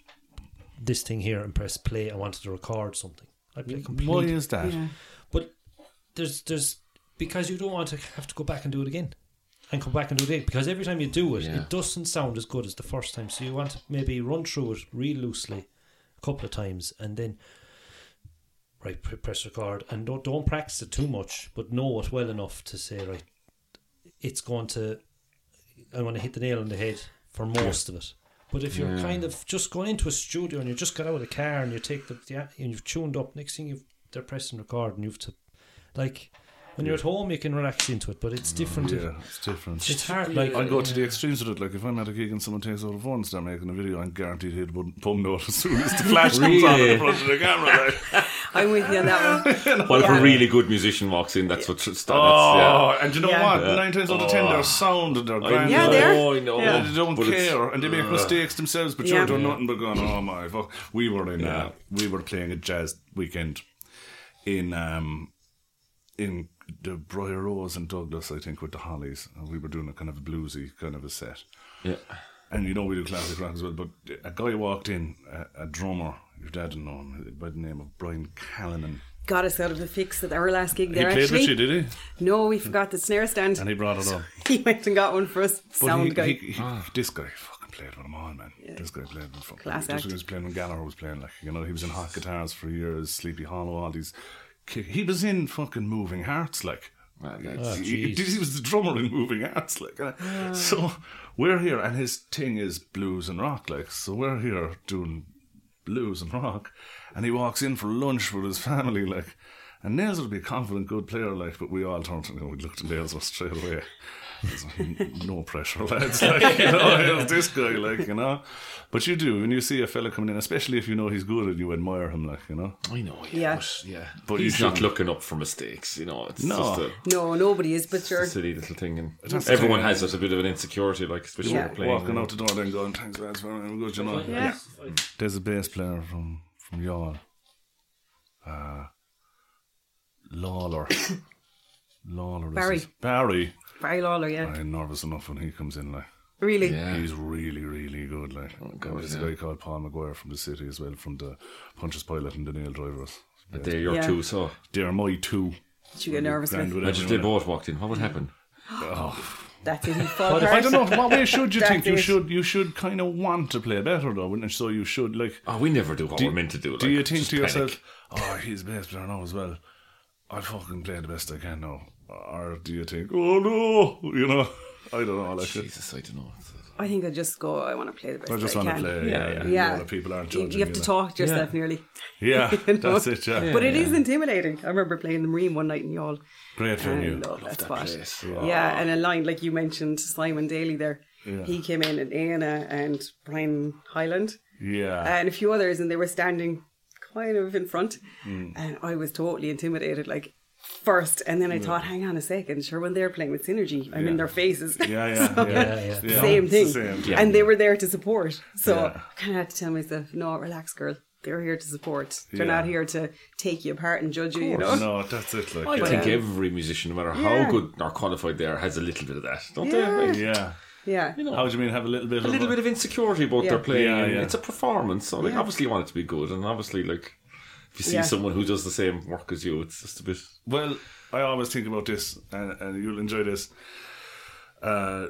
this thing here and press play. I wanted to record something. I'd play
Why
completely.
is that?
Yeah.
But there's there's because you don't want to have to go back and do it again. And come back and do it again. because every time you do it,
Yeah.
it doesn't sound as good as the first time. So you want to maybe run through it real loosely a couple of times and then right pre- press record and don't don't practice it too much, but know it well enough to say right, it's going to I want to hit the nail on the head for most of it. But if you're kind of just going into a studio and you just got out of the car and you take the, the and you've tuned up, next thing you've they're pressing record and you've to like when you're at home you can relax into it, but it's different. if-
Yeah, it's different.
It's hard. Like
I go to the extremes with it. Like if I'm at a gig and someone takes out a phone and start making a video, I'm guaranteed he'd bum note as soon as the flash comes on in
Really?
front of the camera. Like.
I'm with you on that one.
Well, if
Yeah.
a really good musician walks in, that's what starts.
Oh, and you know
Yeah.
what? Nine times out of ten, they're sound and they're grand.
Yeah, they
they
are.
Oh, I know.
don't
but it's-
care, and they make mistakes themselves. But
Yeah.
you're doing nothing but going, "Oh my fuck!" We were in, uh, we were playing a jazz weekend in, um, in the Briar Rose and Douglas, I think, with the Hollies, and we were doing a kind of a bluesy kind of a set.
Yeah.
And you know we do classic rock as well, but a guy walked in, a, a drummer, your dad would know him, by the name of Brian Callanan.
got us out of the fix at our last gig
He
there.
played
actually,
with you, did he?
no, we forgot the snare stand.
And he brought it up.
he went and got one for us. Sound
he,
guy.
He, he, This guy fucking played with him all, man. This guy played with fucking.
Class
this
act.
guy was playing when Gallagher was playing. Like you know, he was in Hot Guitars for years, Sleepy Hollow, all these. ki- He was in fucking Moving Hearts, like.
Ah,
He-
that's-
he,
jeez.
he was the drummer in Moving Hearts, like. uh, So we're here, and his thing is blues and rock, like. So we're here doing blues and rock, and he walks in for lunch with his family, like. And Nails would be a confident, good player, like, but we all turned to him and we looked at Nails straight away. It's like, no pressure, lads. Like, you know, here's this guy, like, you know. But you do, when you see a fella coming in, especially if you know he's good and you admire him, like, you know.
I know, yeah.
Yeah.
But, yeah.
But
But
you
he's not
shouldn't.
looking up for mistakes, you know. It's
No.
just a,
no, nobody is, but you're.
a silly little thing. And
That's
everyone
the thing.
has it, a bit of an insecurity, like, especially
Yeah.
when you're playing.
Walking out the door then going, thanks, lads, very good, you know.
Yeah.
There's a bass player from, from Yarl. Uh, Lawler. Lawler is
Barry.
his- Barry.
Barry Lawler, yeah.
I'm nervous enough when he comes in, like.
Really?
Yeah. Oh,
He's really, really good. Like,
God,
there's
yeah.
a guy called Paul McGuire from the city as well, from the Punches Pilot and the Nail Drivers.
But they're your
Yeah.
two, so.
They're my two.
Did you get nervous
Grand
with?
with
Imagine if they
everyone.
both walked in. What would happen?
That's it. He fought
I
hard.
don't know. What way should you think?
That's
You
it.
should. You should kind of want to play better, though, wouldn't you? So you should like.
Oh, we never do what
Do-
we're meant to do. Like,
do you think
just
to
panic.
yourself, "Oh, he's bass player now as well. I fucking play the best I can now," or do you think, "Oh no," you know? I don't know. Like,
Jesus, I don't know.
I think I just go. I want to play the best
I just
want to
play. Yeah, yeah.
Yeah,
You know, people aren't
You-
judging.
You have to
like.
talk to yourself nearly.
Yeah,
You know?
that's it. Yeah,
But it is intimidating. I remember playing the Marine one night in Yall.
great
I
venue.
love that spot.
place.
Yeah, and a line like you mentioned, Simon Daly there. He came in and Anna and Brian Highland uh,
Yeah,
and a few others, and they were standing kind of in front,
Mm.
and I was totally intimidated. Like first, and then I thought, hang on a second, sure, when they're playing with Synergy, I'm in
Yeah.
their faces.
yeah, yeah, yeah.
yeah.
Yeah,
same
it's
thing.
the same. Yeah.
And they were there to support. So
Yeah.
I kind of had to tell myself, no, relax, girl. They're here to support. They're
Yeah.
not here to take you apart and judge you. You know.
No, that's it. Like,
I
yeah.
think every musician, no matter
Yeah.
how good or qualified they are, has a little bit of that, don't
Yeah.
they? Like,
yeah.
Yeah.
You know,
How do you mean have a little bit?
a
of
little bit of insecurity about
Yeah.
their playing.
Yeah,
and
yeah.
It's a performance, so like obviously you want it to be good, and obviously like if you see
Yeah.
someone who does the same work as you, it's just a bit.
Well, I always think about this, and, and you'll enjoy this. Uh,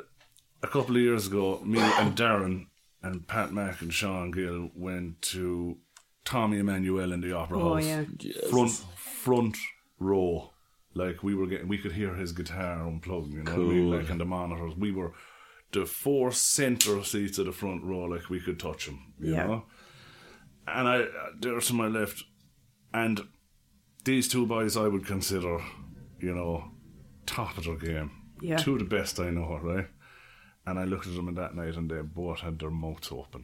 a couple of years ago, me and Darren and Pat Mack and Sean Gill went to Tommy Emmanuel in the Opera
Oh,
House.
yeah.
Front front row. Like we were getting, we could hear his guitar unplugged, you know, what I mean? like and the monitors. We were the four center seats of the front row, like we could touch him, you
Yeah.
know. And I uh, there to my left, and these two boys I would consider, you know, top of their game.
Yeah.
Two of the best I know, right? And I looked at them that night and they both had their mouths open.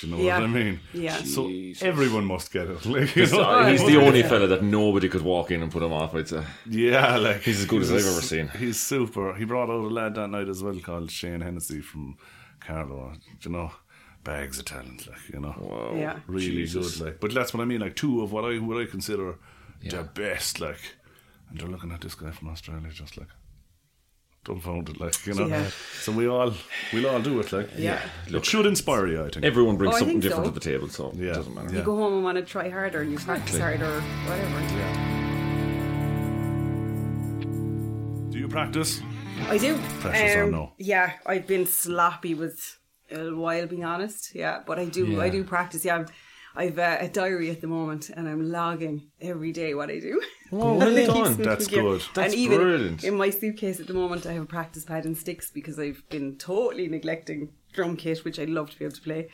Do you know
Yeah.
what I mean?
Yeah.
So everyone must get it. Like, you know?
Uh, he's the only fella that nobody could walk in and put him off. I'd say.
Yeah, like
He's as good as I've ever seen.
He's super. He brought out a lad that night as well called Shane Hennessy from Carlow. You know, bags of talent, like you know,
Wow.
Yeah.
really
Jesus.
good. Like, but that's what I mean. Like two of what I what I consider the best. Like, and they're looking at this guy from Australia, just like dumbfounded, like you know.
Yeah.
So we all we'll all do it, like
Yeah.
It should inspire you, I think.
Everyone brings
Oh, I
something
think
different
so.
to the table, so
Yeah.
it doesn't matter.
Yeah.
Go home and want to try harder. You practice harder or whatever.
do you practice?
I do. Um,
Precious or no?
Yeah, I've been sloppy with it a while, being honest. Yeah, but I do. I do practice. Yeah, I'm, I've uh, a diary at the moment, and I'm logging every day what I do.
Whoa,
And it
well
keeps
done.
me
That's
keep going.
good.
That's
and even
brilliant.
in my suitcase at the moment, I have a practice pad and sticks because I've been totally neglecting drum kit, which I'd love to be able to play.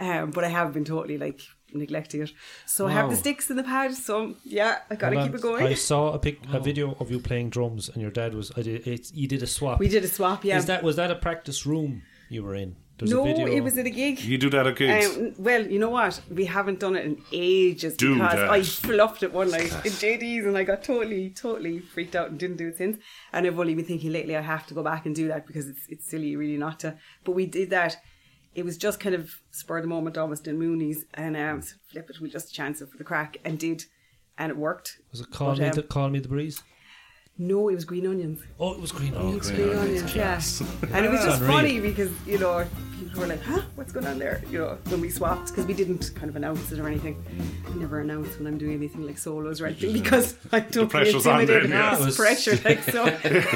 Um, but I have been totally like neglecting it. So I have the
Wow.
sticks in the pad. So yeah, I gotta
Hold
keep
on.
it going.
I saw a pic, a video of you playing drums, and your dad was. I did. It, you did a swap.
we did a swap. Yeah.
Is that was that a practice room you were in? There's
no,
a video.
it was at a gig.
You do that at gigs?
Um, well, you know what? We haven't done it in ages
Do
because
uh,
that.
I fluffed it one night in JD's and I got totally, totally freaked out and didn't do it since. And I've only been thinking lately I have to go back and do that because it's it's silly really not to. But we did that. It was just kind of spur of the moment almost in Mooney's and um,
Mm.
so flip it, we just chance it for the crack and did. And it worked.
Was it call
But,
me
um,
the call me the breeze?
No, it was green onions.
Oh, it was green. Oh,
It's green onions, yeah. And it was just
Unreal.
funny because, you know, people were like, huh, what's going on there? You know, when we swapped, because we didn't kind of announce it or anything. I never announce when I'm doing anything like solos or anything because I don't feel
pressure's on
intimidated.
then, yeah.
It's pressure, like, so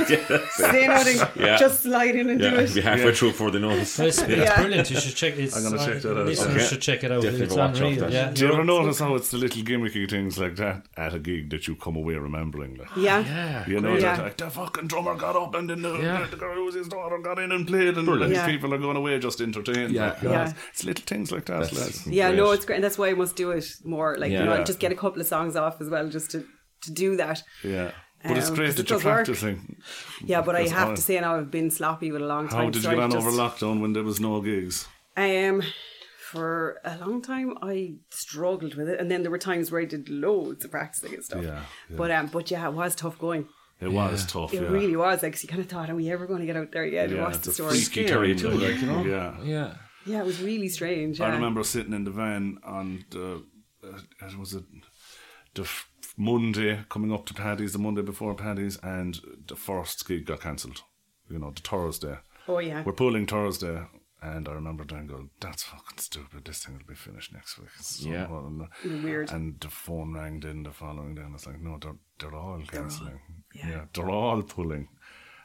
say nothing,
Yeah.
just slide in and
Yeah,
do
it'd
it.
be halfway through before they notice.
It's, it's
Yeah.
brilliant. You should check. It's,
I'm gonna check that out.
Listeners
Okay.
should check it out.
Definitely
it's
watch out
unreal.
that.
Yeah.
Do you ever notice how it's the little gimmicky things like that at a gig that you come away remembering? Like,
Yeah.
You know,
Yeah.
that, like the fucking drummer got up and then the,
Yeah.
the girl who was his daughter got in and played, and,
Brilliant.
and
Yeah.
people are going away just entertained.
Yeah.
Like,
Yeah.
lads, It's little things like that, lads.
Yeah, no,
Great.
it's great. And that's why I must do it more. Like,
Yeah.
you know,
Yeah.
just get a couple of songs off as well just to, to do that.
Yeah. But it's
Um,
great
'cause it
that you're
does work.
practicing.
Yeah, but I
That's
have
hard.
to say now I've been sloppy with a long time.
How did
so
you get
I've
on
just-
over lockdown when there was no gigs?
Um, for a long time, I struggled with it, and then there were times where I did loads of practicing and stuff.
Yeah, yeah.
But um, but yeah, it was tough going.
It was tough.
It
yeah.
really was. Like, 'cause you kind of thought, are we ever going to get out there yet?
yeah,
What's
it's
the
a
story?
freaky
Scary
time,
too,
like,
like, you know?
Yeah.
Yeah.
Yeah, it was really strange.
I
yeah.
remember sitting in the van on the uh, it was it the f- Monday coming up to Paddy's, the Monday before Paddy's, and the first gig got cancelled. You know, the Thursday.
Oh, yeah.
We're pulling Thursday, and I remember then going, "That's fucking stupid. This thing will be finished next week." So,
Yeah.
blah, blah, blah.
Weird.
And the phone rang then the following day, and it's like, "No, they're they're all cancelling.
yeah.
yeah. they're all pulling."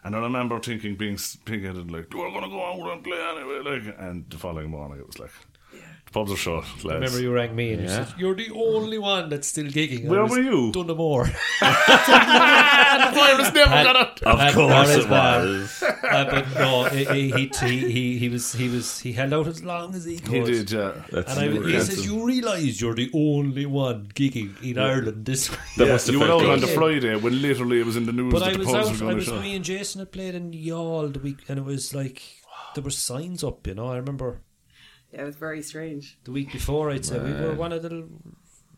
And I remember thinking, being s- pig-headed, like, "We're gonna go out and play anyway." Like, and the following morning, it was like, "The pubs are shut." Lads.
Remember, you rang me and you said you're the only one that's still gigging. I
Where
was
were you?
Dunamore.
virus never got out.
Of
course it was.
uh, but no, he, he, he, he, he was he was he held out as long as he could.
He did, yeah.
And I, he says, "You realise you're the only one gigging in Ireland this week."
That must have
You were out
felt
on
good.
the Friday when literally it was in the news
But
that
I
the
was
pubs
out.
were
I
going to
was
shut.
me and Jason had played in Yall the week, and it was like there were signs up. You know, I remember
Yeah, it was very strange.
the week before. I'd say we were one of the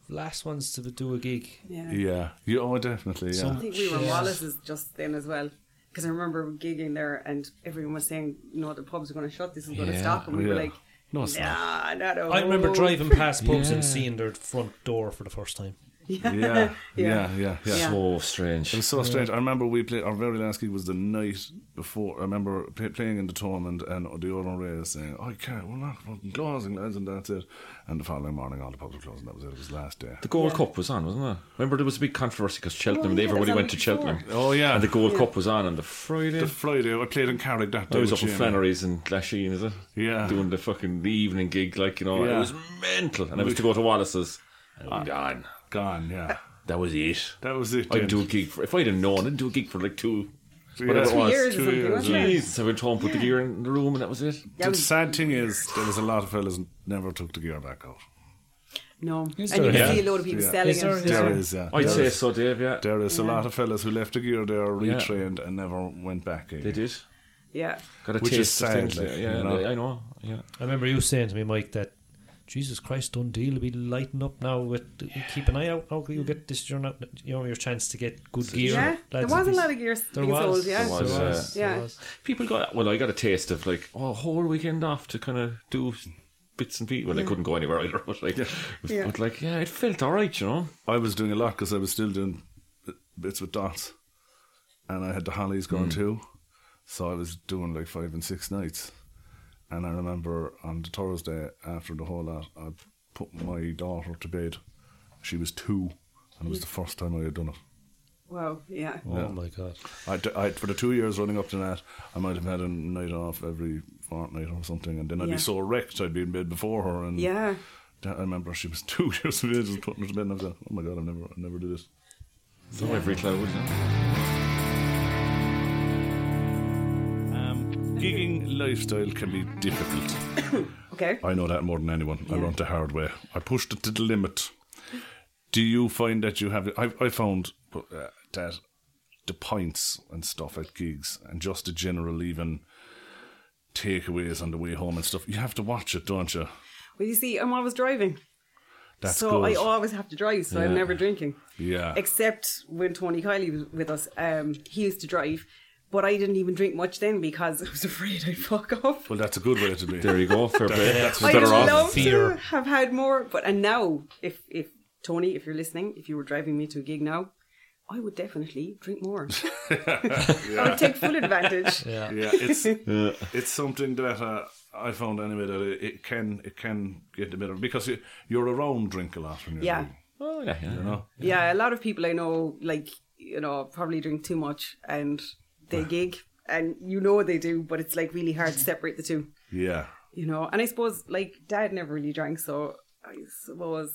last ones to do a gig.
Yeah.
Yeah, yeah, oh, definitely, yeah.
I think we were
Yeah.
Wallace's just then as well. Because I remember gigging there and everyone was saying, no, the pubs are going to shut, this is going to
Yeah.
stop. And we were
Yeah.
like,
no, it's not.
nah, not
I remember
all."
driving past pubs and
Yeah.
seeing their front door for the first time.
Yeah, yeah, yeah, yeah.
Yeah.
So strange.
It was so strange. I remember we played our very last gig was the night before. I remember play, playing in the tournament and the Oran Rays saying, "I can't, we're not fucking closing, lads," and that's it. And the following morning, all the pubs were closing. That was it. It was the last day.
The Gold Cup was on, wasn't it? Remember, there was a big controversy because Cheltenham,
Oh, yeah,
everybody
that's
went
on
to Cheltenham.
before.
Oh yeah,
And the
the,
Gold Cup was on on the Friday.
Friday I played in Carrick that day.
I was
with
up in
Jamie.
Flannery's and Glasheen, is it?
Yeah.
Doing the fucking the evening gig, like, you know,
Yeah.
it was mental. And I was to go to Wallace's. And I'm gone.
Gone. Yeah,
That was it.
that was it.
I
then.
didn't do a gig for, if I'd have known, I'd do a gig for like two.
Yeah.
whatever it was.
years or
Two
something, wasn't it?
Jeez, I went home, put the gear in the room, and that was it.
Yeah,
The
we-
sad thing is, there was a lot of fellas never took the gear back out.
No.
Is
and you
there?
can
Yeah.
see a load of people
Yeah.
selling
Is there-
it.
is
There
Yeah.
is, yeah.
I'd
There
say
is-
so, Dave, yeah.
There is a lot of fellas who left the gear there,
Yeah.
retrained, and never went back in.
They did.
Yeah.
Got a
Which is
taste of things.
sad, like,
yeah,
you know.
yeah, I know. Yeah.
I remember you saying to me, Mike, that Jesus Christ, Dundee will be lighting up now. With keep an eye out. How you get this? Your not you know your chance to get good gear.
Yeah, there
Lads,
was a
this-
lot of gear
There
being sold,
was,
yeah.
there was,
There
there
was,
was,
yeah.
there
Yeah.
was.
people got well i got a taste of like oh, a whole weekend off to kind of do bits and pieces well i couldn't go anywhere either but like but,
Yeah.
like yeah it felt all right you know
I was doing a lot because I was still doing bits with dots, and I had the Hollies
Hmm.
going too, so I was doing like five and six nights. And I remember on the Thursday after the whole lot, I put my daughter to bed. She was two, and it was the
Hmm.
first time I had done it.
Wow, yeah.
Oh my god!
I, I, for the two years running up to that, I might have had a night off every fortnight or something, and then I'd
Yeah.
be so wrecked I'd be in bed before her. And
Yeah.
that- I remember she was two years of age, just putting her to bed, and I was like, "Oh my god, I've never, I never did this."
so every cloud you know?
Gigging lifestyle can be difficult.
Okay.
I know that more than anyone. I learned the hard way. I pushed it to the limit. Do you find that you have? I I found uh, that the pints and stuff at gigs and just the general even takeaways on the way home and stuff. You have to watch it, don't you?
Well, you see, I'm always driving.
That's
so
good.
I always have to drive, so I'm never drinking.
yeah.
Except when Tony Kiley was with us, um, he used to drive, but I didn't even drink much then because I was afraid I'd fuck up.
well, that's a good way to be.
there you go fair play that's
I would
better off
love
Fear.
to have had more, but and now, if if Tony, if you're listening, if you were driving me to a gig now, I would definitely drink more. I would take full advantage.
yeah, it's it's something that uh, I found anyway that it, it can it can get the better because you, you're around drink a lot when you're
Yeah.
drinking,
Oh, yeah, yeah.
you know.
Yeah, a lot of people I know, like, you know, probably drink too much and they gig. And you know they do, but it's like really hard to separate the two,
Yeah,
you know. And I suppose, like, dad never really drank, so I suppose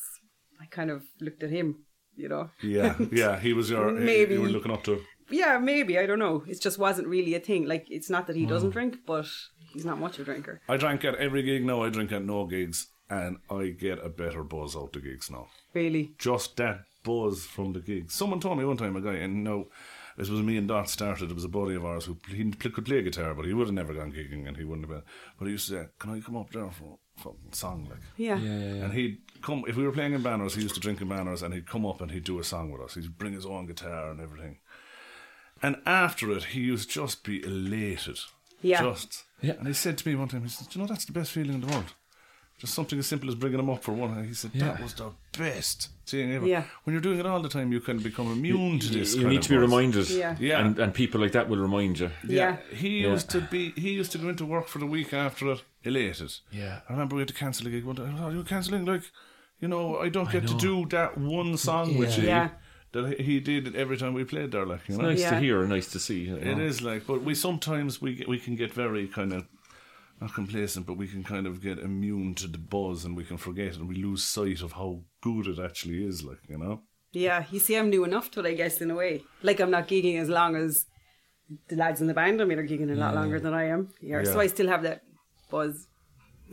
I kind of looked at him, you know.
yeah, yeah. He was your maybe
Maybe.
you were looking up to.
Yeah, maybe, I don't know. It just wasn't really a thing. Like, it's not that he doesn't drink, but he's not much of a drinker.
I drank at every gig. Now I drink at no gigs, and I get a better buzz out the gigs now.
Really.
just that buzz from the gig. Someone told me one time, a guy, and no, it was me and Dot started. It was a buddy of ours who pl- he pl- could play guitar, but he would have never gone gigging, and he wouldn't have been. But he used to say, "Can I come up there for a fucking song?" Like,
Yeah.
and he'd come if we were playing in banners. He used to drink in banners, and he'd come up and he'd do a song with us. He'd bring his own guitar and everything. And after it, he used to just be elated.
Yeah.
Just.
Yeah.
And he said to me one time, he said, "Do you know that's the best feeling in the world." Just something as simple as bringing him up for one. He said that
Yeah.
was the best seeing ever.
Yeah.
When you're doing it all the time, you can become immune to
You,
this.
you
kind
need
of
to be
buzz.
reminded.
Yeah.
Yeah.
And, and people like that will remind you.
Yeah.
He used to be. He used to go into work for the week after it, elated.
Yeah.
I remember we had to cancel a gig. One day. Oh, you're cancelling like, you know, I don't get to do that one song with you
Yeah.
that he did every time we played there. Like, you know,
Nice to
Yeah.
hear, nice to see. you
it
know.
is like. But we sometimes we get, we can get very kind of not complacent, but we can kind of get immune to the buzz and we can forget and we lose sight of how good it actually is. Like, you know.
Yeah, you see, I'm new enough to it, I guess, in a way. Like, I'm not gigging as long as the lads in the band. I mean, are gigging a lot longer than I am. Yeah,
Yeah.
So I still have that buzz.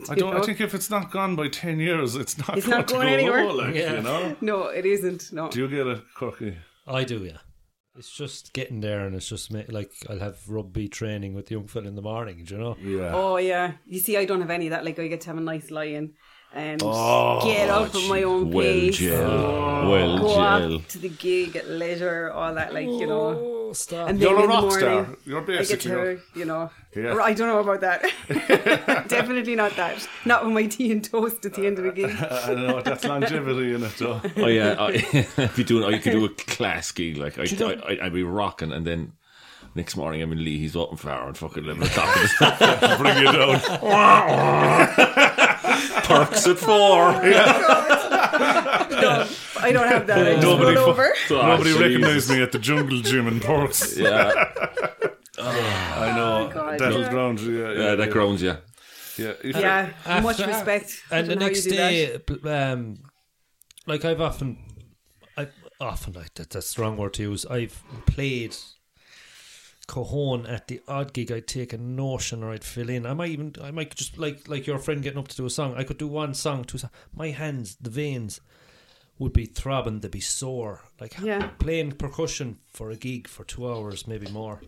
I don't. I
know?
think if it's not gone by ten years, it's not.
It's not
to
going
go
anywhere.
low, like,
Yeah.
You know.
No, it isn't. No.
Do you get it, Corky?
I do, yeah. It's just getting there, and it's just ma- like I'll have rugby training with the young fella in the morning. Do you know?
Yeah.
Oh, yeah. You see, I don't have any of that. Like, I get to have a nice lie in and
Oh,
get up at my own pace.
Well,
Go off to the gig at leisure, all that, like, you know.
Oh, stop.
And
You're
then
a
in the
rock
morning,
star. You're
I get
basically
to, you know.
Yeah.
Or I don't know about that. Definitely not that. Not with my tea and toast at the end of the gig.
I don't know. That's longevity in it, though.
Oh yeah, I, if you do, I could do a class gig. Like I, I, I, I'd be rocking, and then next morning I'm in Lee. He's up and far and fucking eleven o'clock.
Bring you down.
Perks at four.
No, I don't have that. I just
Nobody
roll
fu-
over.
Nobody recognised me at the jungle gym in Porks.
Ah, Yeah,
I know.
Oh God,
that was
yeah.
ground. Yeah, yeah,
yeah, that grounds you.
yeah. If-
Yeah, much
After-
respect. I
And the
don't know how you
next
do that.
day, b- um, like I've often, I often like that, that's the wrong word to use. I've played Cajon at the odd gig. I'd take a notion or I'd fill in. I might even, I might just like like your friend getting up to do a song. I could do one song, two songs. My hands, the veins, would be throbbing. They'd be sore. Like
Yeah.
playing percussion for a gig for two hours, maybe more.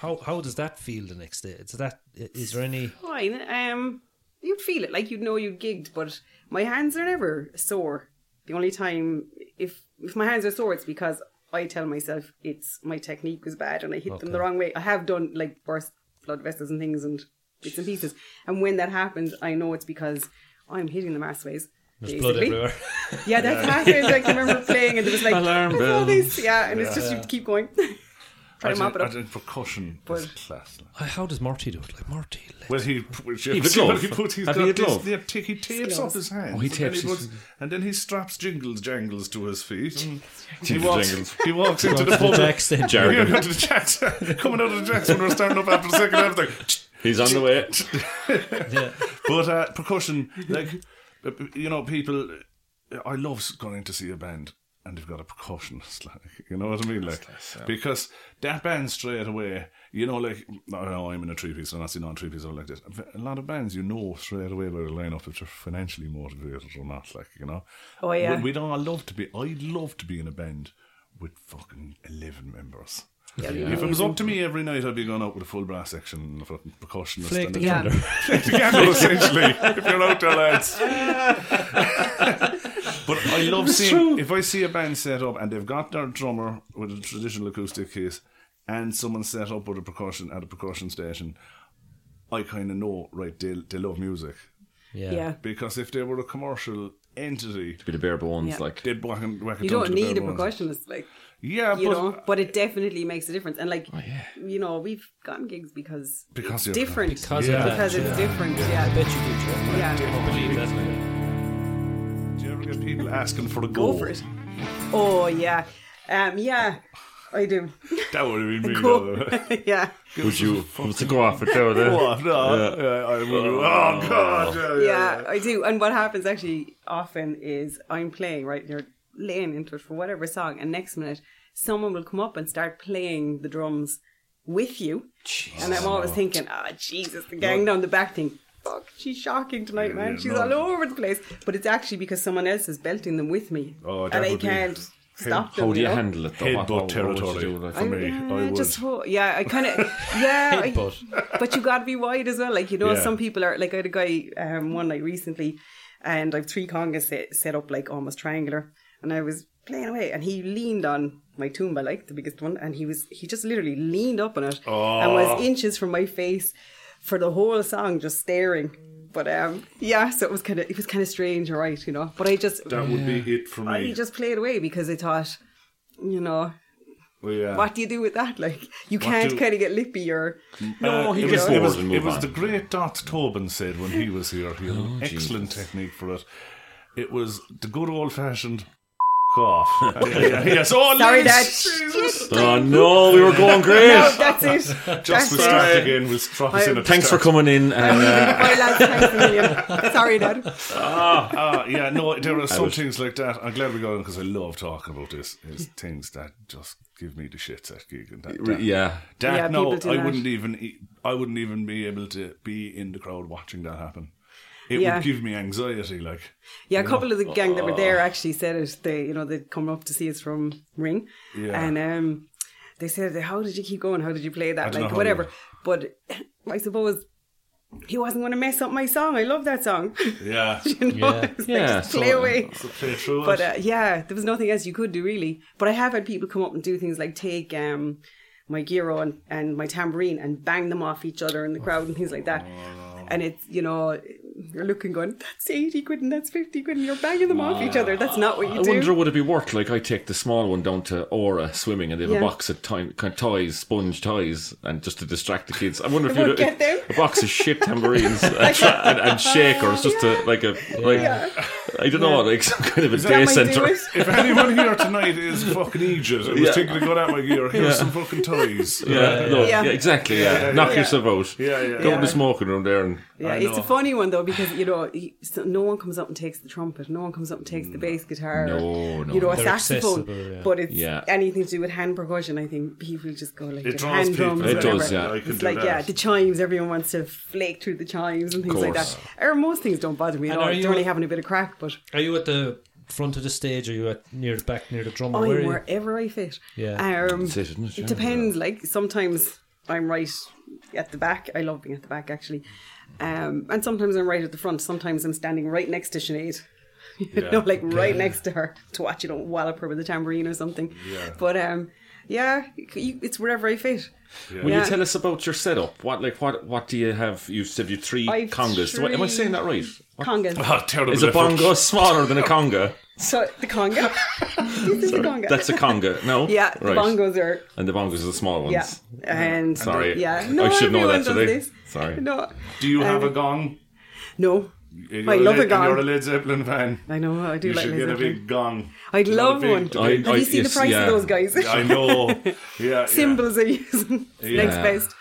How how does that feel the next day? Is that is there any?
fine. Um, you'd feel it like you'd know you gigged, but my hands are never sore. The only time if if my hands are sore, it's because I tell myself it's my technique was bad and I hit them the wrong way. I have done like burst blood vessels and things and bits and pieces, and when that happens, I know it's because I'm hitting them arseways. ways.
There's blood everywhere.
Yeah, that happened. I can remember playing, and it was like
Alarm
"There's all
bell."
these, yeah, and it's just you keep going. Try
I
to mop
think,
it
I
up.
think percussion
But-
is class.
Uh, How does Marty do it? Like Marty, like,
Well, he, well,
a
see, well,
glove.
he puts, he's
Have
got
you a
this,
glove?
yeah, ta- he tapes up his hands.
Oh, he
and then
tapes
he
his-
puts- and then he straps jingles jangles to his feet.
Mm.
he,
Jingles
walks,
jangles.
he walks into
Go
the
to the
pub.
Jacks then.
Yeah,
Jargon.
go to the Jacks. Coming out of the Jacks when we're starting up after the second half. Like,
He's on the way.
yeah.
but uh, percussion, like uh, you know, people. uh, I love going to see a band and they've got a percussionist, like you know what I mean, like because that band straight away, you know, like I know I'm in a three piece and I see non three piece or like this. A lot of bands, you know, straight away by the lineup if they're financially motivated or not, like you know.
Oh, yeah.
we, we'd all love to be. I'd love to be in a band with fucking eleven members. If it was up to me every night, I'd be going out with a full brass section and a fucking percussionist.
Flake
and
the
a
Yeah.
thunder.
Scandal, essentially, if you're out there, lads. but I love seeing if I see a band set up and they've got their drummer with a traditional acoustic case and someone set up with a percussion at a percussion station, I kind of know, right, they, they love music.
Yeah.
Yeah,
Because if they were a commercial entity.
Bit of bare bones,
Yeah.
like
They'd whack and, whack it
You
down
don't
to the
need a
bare bones.
percussionist, like
Yeah,
you
but
know, but it definitely makes a difference. And like,
yeah.
you know, we've gotten gigs because
Because
it's
you're-
different,
Because
Yeah.
of that,
because it's
yeah.
different.
I
Yeah,
bet you do,
yeah.
Joe. I believe that. man.
do you ever get people asking for a
Go
go?
for it. Oh yeah, um, yeah, I do.
That would have been me.
Go.
though.
yeah,
would you what's to go off it
Go
though then?
off, no. Yeah, I would. Oh, God. Yeah, yeah,
yeah, I do. And what happens actually often is I'm playing right, you're laying into it for whatever song, and next minute someone will come up and start playing the drums with you, and I'm always thinking, oh Jesus, the gang down the back think, fuck, she's shocking tonight, man.
yeah,
she's
no.
all over the place. But it's actually because someone else is belting them with me,
Oh, that
and I
would be-
can't stop them.
How do you
know?
handle it though?
Headbutt
What- how- how would you
territory.
do, like?
For me,
yeah,
I would.
just ho- yeah, I kind of yeah, I- but you got to be wide as well. Like you know,
Yeah.
some people are like I had a guy um, one night recently, and I've three congas set, set up like almost triangular, and I was playing away, and he leaned on my tumba like the biggest one, and he was he just literally leaned up on it and
Oh.
was inches from my face for the whole song, just staring. But um, yeah, so it was kind of it was kind of strange, all right, you know. But I just
That would be it for
I
me.
just played away because I thought, you know,
Well, yeah.
what do you do with that? Like, you
What
can't
do-
kind of get lippy or.
Uh,
No, he
it was,
just-
it was,
Forward and
it
move
was
on.
the great Dot Tobin said when he was here. He had
Oh,
an excellent technique for it. It was the good old fashioned off. yes, oh,
Sorry,
Liz,
Dad.
Jesus.
Oh no, we were going
No,
great.
that's it.
Just
that's
with Strap again, with Strap us in
I-
at the
Thanks for
start.
coming in. And, uh,
Bye, lads. Thanks a million. Sorry, Dad.
Ah, yeah, no, there are some things like that. I'm glad we got on because I love talking about this. Is things that just give me the shits at gig and that. that-
yeah.
That
Yeah,
no,
people do
I
that.
wouldn't even e- I wouldn't even be able to be in the crowd watching that happen. It
Yeah.
would give me anxiety. Like
Yeah, a couple of the gang that were there actually said it. They, you know, they'd come up to see us from Ring,
Yeah.
and um, they said, "How did you keep going? How did you play that?
don't know
Like
how
whatever."
you-
But I suppose he wasn't going to mess up my song. I love that song.
yeah,
you know,
Yeah.
It's like,
Yeah,
just play
so-
away.
play through
But
it.
uh, yeah, there was nothing else you could do really. But I have had people come up and do things like take um, my gyro and, and my tambourine and bang them off each other in the crowd and things like that.
Oh.
And it's you know you're looking going that's eighty quid and that's fifty quid and you're banging them off each other. That's not what you
I
do.
wonder would it be worth like I take the small one down to Aura swimming and they have
Yeah.
a box of time, kind of toys, sponge toys, and just to distract the kids. I wonder if
They
you
won't get them.
a box of shit tambourines and, tra- and, and
Oh,
shakers just to like a like I don't know like some kind of a
That
day
might do
center.
it.
if anyone here tonight is fucking Egypt, I was
Yeah.
thinking of going out my gear. Here's some fucking toys.
Yeah, no,
Yeah.
yeah, exactly. Yeah,
yeah,
knock
yeah.
yourself out.
Yeah, yeah,
Go
yeah.
in the smoking room there and
Yeah,
I
it's a
know.
funny one though because you know he- so no one comes up and takes the trumpet, no one comes up and takes the bass guitar, or,
Mm, No, no,
you know a
They're
saxophone.
accessible, yeah.
But it's
Yeah.
anything to do with hand percussion. I think people just go like
It
the
draws
hand
people.
drums.
It
whatever.
does, yeah.
I can
It's
do
like
that.
yeah, the chimes. Everyone wants to flake through the chimes and things like that.
Course.
Or most things don't bother me at
And
all.
are
It's
you-
only having a bit of crack, but
Are you at the front of the stage? Are you at near back near the drum? or
I'm
where are you?
wherever I fit.
Yeah.
Um,
That's it, isn't it? Yeah.
depends. Like sometimes I'm right at the back. I love being at the back actually. Um, and sometimes I'm right at the front. Sometimes I'm standing right next to Sinead. You know, like right next to her to watch you know wallop her with a tambourine or something. But um, yeah, you, it's wherever I fit.
Will
Yeah.
you tell us about your setup? What like what what do you have? You said you three
I've
congas. Do I- am I
three-
saying that right? What-
Congas.
Ah, terrible
Is a
effort.
bongo smaller than a conga?
So the conga. this is the conga.
That's a conga. No.
yeah, the
Right.
bongos are
And the bongos are the small ones.
yeah, and
Sorry.
yeah.
I should
everyone
know that
does
today.
this.
Sorry.
No,
Do you have a gong?
no.
You're
I
a
love
Led-
a gong.
and You're a Led Zeppelin fan.
I know. I do
You
like
should
Led
get a
Zeppelin.
big gong.
I'd
You know,
love
the big-
one.
the
I-
big-
Have you seen the
yes,
price
yeah.
of those guys?
I know. Yeah, yeah.
Symbols are using next
Yeah.
best.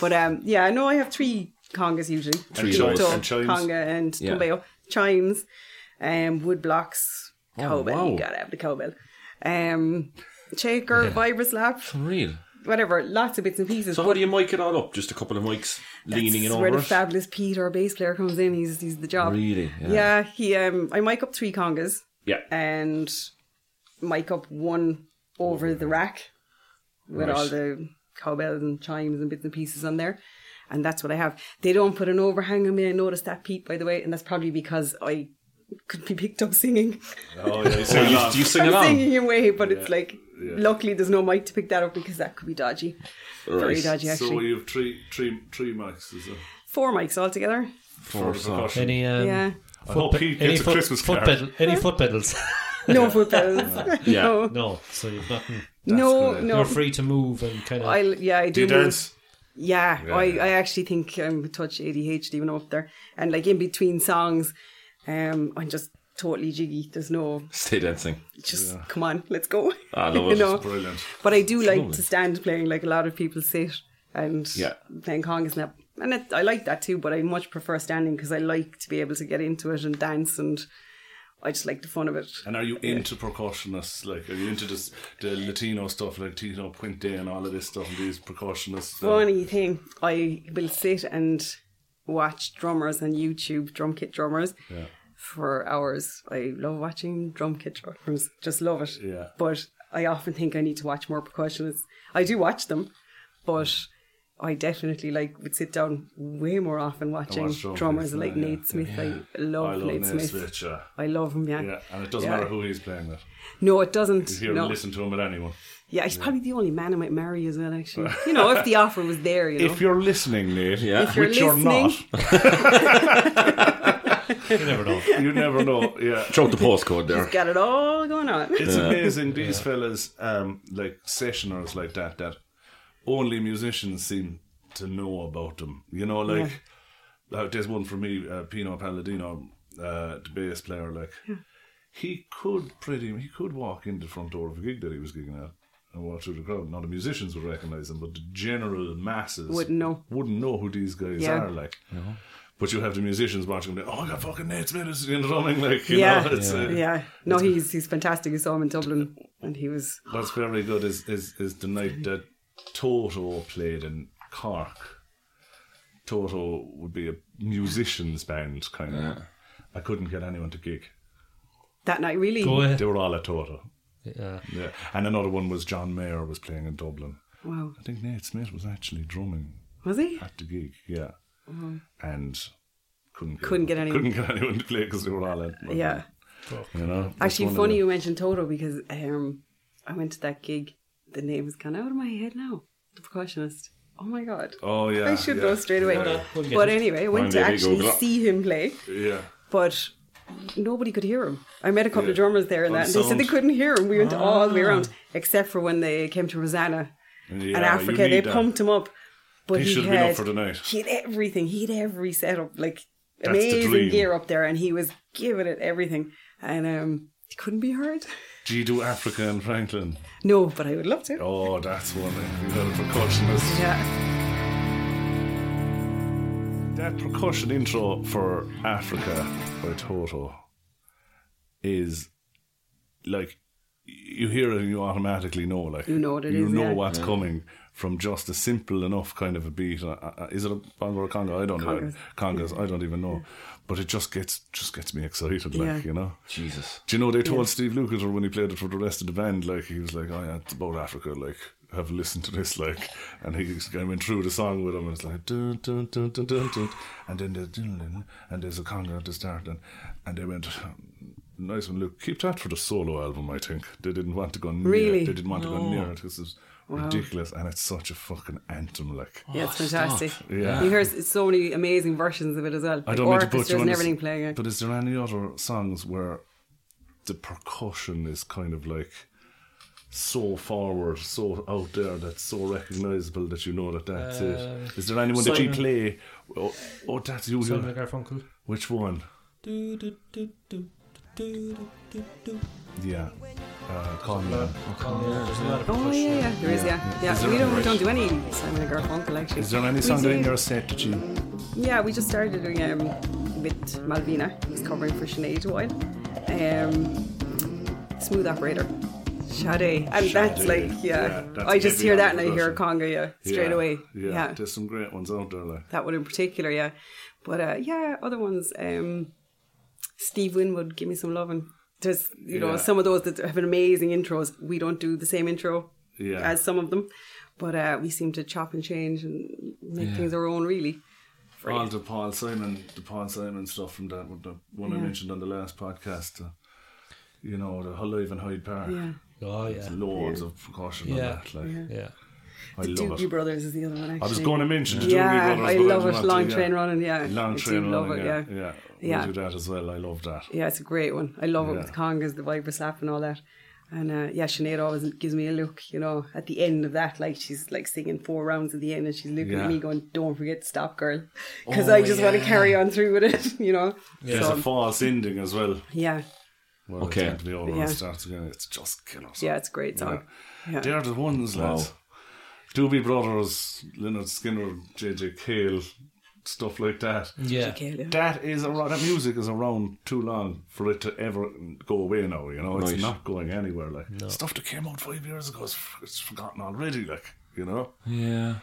But um, yeah, I know I have three congas usually.
Three
Tuto,
of those.
And chimes.
Conga and
Yeah.
tumbeo. Chimes, um, wood blocks, cowbell.
Oh, wow.
You gotta have the cowbell. Um, shaker, vibraslap,
Real.
whatever. Lots of bits and pieces.
So how do you mic it all up? Just a couple of mics leaning in
That's
over
where the
it.
fabulous Pete, our bass player, comes in. He's he's the job.
Really? Yeah.
Yeah. he. Um, I mic up three congas
Yeah.
Uh, and mic up one over the rack with
Right.
all the cowbells and chimes and bits and pieces on there. And that's what I have. They don't put an overhang on me. I noticed that, Pete, by the way, and that's probably because I could be picked up singing.
Oh, yeah. you
Do
sing
you,
along.
do you sing
I'm
along?
singing away, but it's like, luckily, there's no mic to pick that up because that could be dodgy. Very
Right.
dodgy, actually.
So you have three, three, three mics. Is it?
Four mics altogether.
For the percussion.
Any um,
Yeah.
I hope he gets a Christmas
foot
card.
pedal, any foot pedals.
No foot pedals.
Yeah.
No,
no, so you've nothing.
no.
good.
no.
You're free to move and kind of.
I yeah, I do.
Do you
move.
dance?
Yeah,
Yeah.
I, I actually think I'm touch ADHD even up there, and like in between songs, um, I'm just totally jiggy. There's no
Stay dancing.
just come on, let's go.
I love
You
it.
know?
Brilliant.
But I do like to stand playing, like a lot of people sit and
Yeah.
playing Kong is not. And it, I like that too, but I much prefer standing because I like to be able to get into it and dance, and I just like the fun of it.
And are you into percussionists? Like, are you into this, the Latino stuff, like Tito Puente and all of this stuff, and these percussionists? uh,
Funny thing, I will sit and watch drummers on YouTube, drum kit drummers, for hours. I love watching drum kit drummers, just love it.
Yeah.
But I often think I need to watch more percussionists. I do watch them, but I definitely like would sit down way more often watching
watch drum
drummers
kits now,
like
yeah.
Nate Smith. I love,
I love
Nate Smith.
yeah.
I love him, yeah.
uh, Yeah, and it doesn't
Yeah.
matter who he's playing with.
No, it doesn't.
He'll
no.
listen to him with anyone.
Yeah, he's probably the only man I might marry as well, actually. You know, if the offer was there, you know.
If you're listening, Nate,
Yeah. If
you're
which
listening.
you're
you never know.
not, you never know. Yeah.
Throw out the postcode there.
Got it all going on.
It's amazing these fellas, um, like sessioners like that, that only musicians seem to know about them. You know, like uh, there's one for me, uh, Pino Palladino, uh, the bass player. Like he could pretty, he could walk in the front door of a gig that he was gigging at. And walk through the crowd. Now the musicians would recognise him, but the general masses
Wouldn't know.
Wouldn't know who these guys
Yeah.
are. Like, but you have the musicians watching them. Like, oh, I got fucking Nate Smith is in drumming. Like, you
yeah,
know, it's, uh,
yeah. No, he's he's fantastic. I saw him in Dublin, and he was
What's very good is, is, is the night that Toto played in Cork. Toto would be a musicians band kind of. I couldn't get anyone to gig.
that night really.
Go ahead.
They were all at Toto.
Yeah.
Yeah. And another one was John Mayer was playing in Dublin.
Wow,
I think Nate Smith was actually drumming
was he?
at the gig. Yeah. And couldn't get,
Mm-hmm. Couldn't get anyone.
couldn't get anyone to play because they were all at
Yeah.
You know. That's
Actually,
one of
funny
the-
you mentioned Toto because um, I went to that gig. The name has gone out of my head now. The percussionist. Oh my god.
Oh yeah.
I should
yeah,
know straight away.
no, we'll get
but
it.
anyway, I went
One
to
day we
actually
Google it.
see him play,
Yeah.
but nobody could hear him. I met a couple of
Yeah. Ah.
drummers there and
On
that, and they said
sound.
they couldn't hear him. We went all the way around, except for when they came to Rosanna
Yeah,
and Africa.
you
They
need that.
pumped him up. But
He
he,
should have
had,
been up for the night.
He had everything. He had every setup, like
That's the
amazing
dream.
gear up there, and he was giving it everything. And um, he couldn't be heard.
Do you do Africa and Franklin?
No, but I would love to.
Oh, that's one. You know, the percussionist.
Yeah,
That percussion intro for Africa by Toto is like you hear it and you automatically know, like
You know what it
you
is,
know
yeah.
what's coming from just a simple enough kind of a beat. Uh, uh, Is it a bongo or a conga? I don't know.
Congas.
Congas, I don't even know. But it just gets just gets me excited, like
Yeah.
you know.
Jesus.
Do you know they told Steve Lukather when he played it for the rest of the band, like he was like, "Oh yeah, it's about Africa, like have a listen to this, like," and he just kind of went through the song with him, and it's like, dun, dun, dun, dun, dun, dun, and then there's dun, dun, and there's a conga at the start, and and they went. Nice one, Luke. Keep that for the solo album, I think. They didn't want to go near
Really?
They didn't want to go near it. This is ridiculous, and it's such a fucking anthem, like.
yeah, it's fantastic.
Yeah.
You hear s- so many amazing versions of it as well.
I
like
don't mean to put
orchestras
you on
and
the s-
everything playing it.
But is there any other songs where the percussion is kind of like so forward, so out there, that's so recognizable that you know that that's it? Is there anyone that you
Uh, Simon-
play? Oh, oh that's you.
Simon and Garfunkel.
Which one?
Do, do, do, do, do, do, do, do.
Yeah. Uh, call me. Man.
There's a lot of
Oh yeah,
percussion.
yeah, there is yeah, yeah. we don't we don't do any Simon and Garfunkel actually.
Is there any
We
song that in
did-
your set that you?
Yeah, we just started doing um, with Malvina, who's covering for Sinead a while. Um, smooth operator. Sade. And that's
Sade,
like, yeah.
yeah, that's
I just
heavy
hear
on
that
the
and I hear
percussion.
conga, yeah, straight
Yeah,
away.
Yeah,
Yeah.
There's some great ones out there, like.
That one in particular, yeah. But uh, yeah, other ones, um, Steve Winwood, Give Me Some Lovin'. There's, you know,
Yeah.
some of those that have amazing intros. We don't do the same intro
Yeah.
as some of them, but uh, we seem to chop and change and make things our own, really.
All the Paul Simon, the Paul Simon stuff from that one, the one I mentioned on the last podcast. Uh, you know, the Live in Hyde Park.
Yeah.
Oh,
There's
yeah.
loads of precaution on
Yeah.
that. Like,
Yeah.
I
The
love
Doobie
it.
Brothers is the other one. Actually.
I was going to mention the
Yeah, I
Doobie Brothers. but
love
didn't
it.
want to,
Long
yeah.
train running. Yeah, I
Long
do
train
love
running.
it,
Yeah,
yeah.
yeah.
Yeah.
We do that as well. I love that.
Yeah, it's a great one. I love it
Yeah.
with congas, the vibra slap, and all that. And uh, yeah, Sinead always gives me a look, you know, at the end of that. Like she's like singing four rounds at the end, and she's looking
Yeah. Oh,
at me going, "Don't forget to stop, girl," because I just want to carry on through with it, you know.
There's a
So,
false ending as well.
yeah,
Well, It's
Okay.
meant to be over
Yeah.
and starts again. It's just killers.
yeah, it's a great song. Yeah.
They're the ones, lads. Doobie Brothers, Leonard Skinner, JJ Cale, stuff like that.
Yeah.
Okay, yeah.
That is around, that music is around too long for it to ever go away now. You know, it's
Right.
not going anywhere. Like stuff that came out five years ago, is, f- it's forgotten already. Like you know,
Yeah.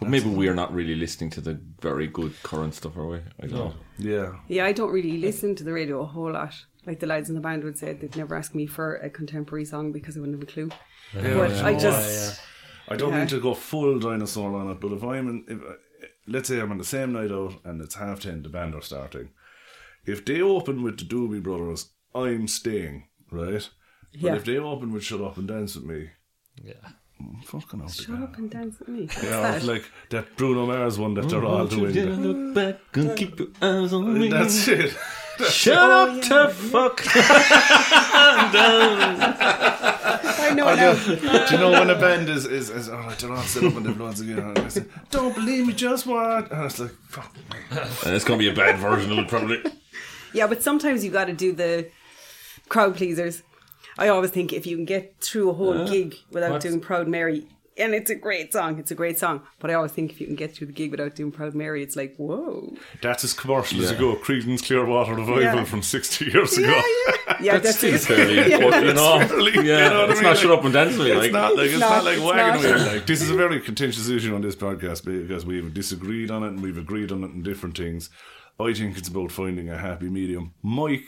But maybe we're not really listening to the very good current stuff, are we? I don't know.
yeah.
Yeah, I don't really listen to the radio a whole lot. Like the lads in the band would say, they'd never ask me for a contemporary song because I wouldn't have a clue. but I just,
I don't
Yeah.
mean to go full dinosaur on it, but if I'm in, if, I- let's say I'm on the same night out and it's half ten, the band are starting. If they open with the Doobie Brothers, I'm staying, right? But
Yeah.
if they open with Shut Up and Dance with Me,
Yeah.
I'm fucking out
shut up and dance with me. What's
Yeah,
that?
like that Bruno Mars one that they're all doing.
Look back and keep your eyes on me.
That's it.
Shut
Oh,
up to fuck.
I know now.
Do you know when a band is is, is oh, all right? They're all set up and they've loads of gear on. and they say, Don't believe me, just what? And it's like, fuck.
And it's going to be a bad version of it, probably.
Yeah, but sometimes you got to do the crowd pleasers. I always think if you can get through a whole gig without doing Proud Mary, and it's a great song, it's a great song. But I always think if you can get through the gig without doing Proud Mary, it's like whoa.
That's as commercial as you
Yeah.
go. Creedence Clearwater Revival
Yeah.
from sixty years ago.
Yeah, yeah, yeah.
That's
That's,
still
it.
fairly important, you know.
Fairly,
Yeah,
you know what
it's
I mean?
not shut up and dance with me. Like,
It's not like it's not,
not,
like
it's
wagon
not.
wheel. Like this is a very contentious issue on this podcast because we've disagreed on it and we've agreed on it in different things. I think it's about finding a happy medium. Mike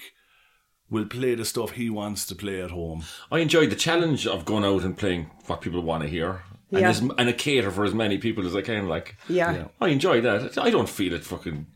will play the stuff he wants to play at home.
I enjoyed the challenge of going out and playing what people want to hear. And,
Yeah.
as, and a cater for as many people as I can. Like,
Yeah.
I enjoy that. I don't feel it fucking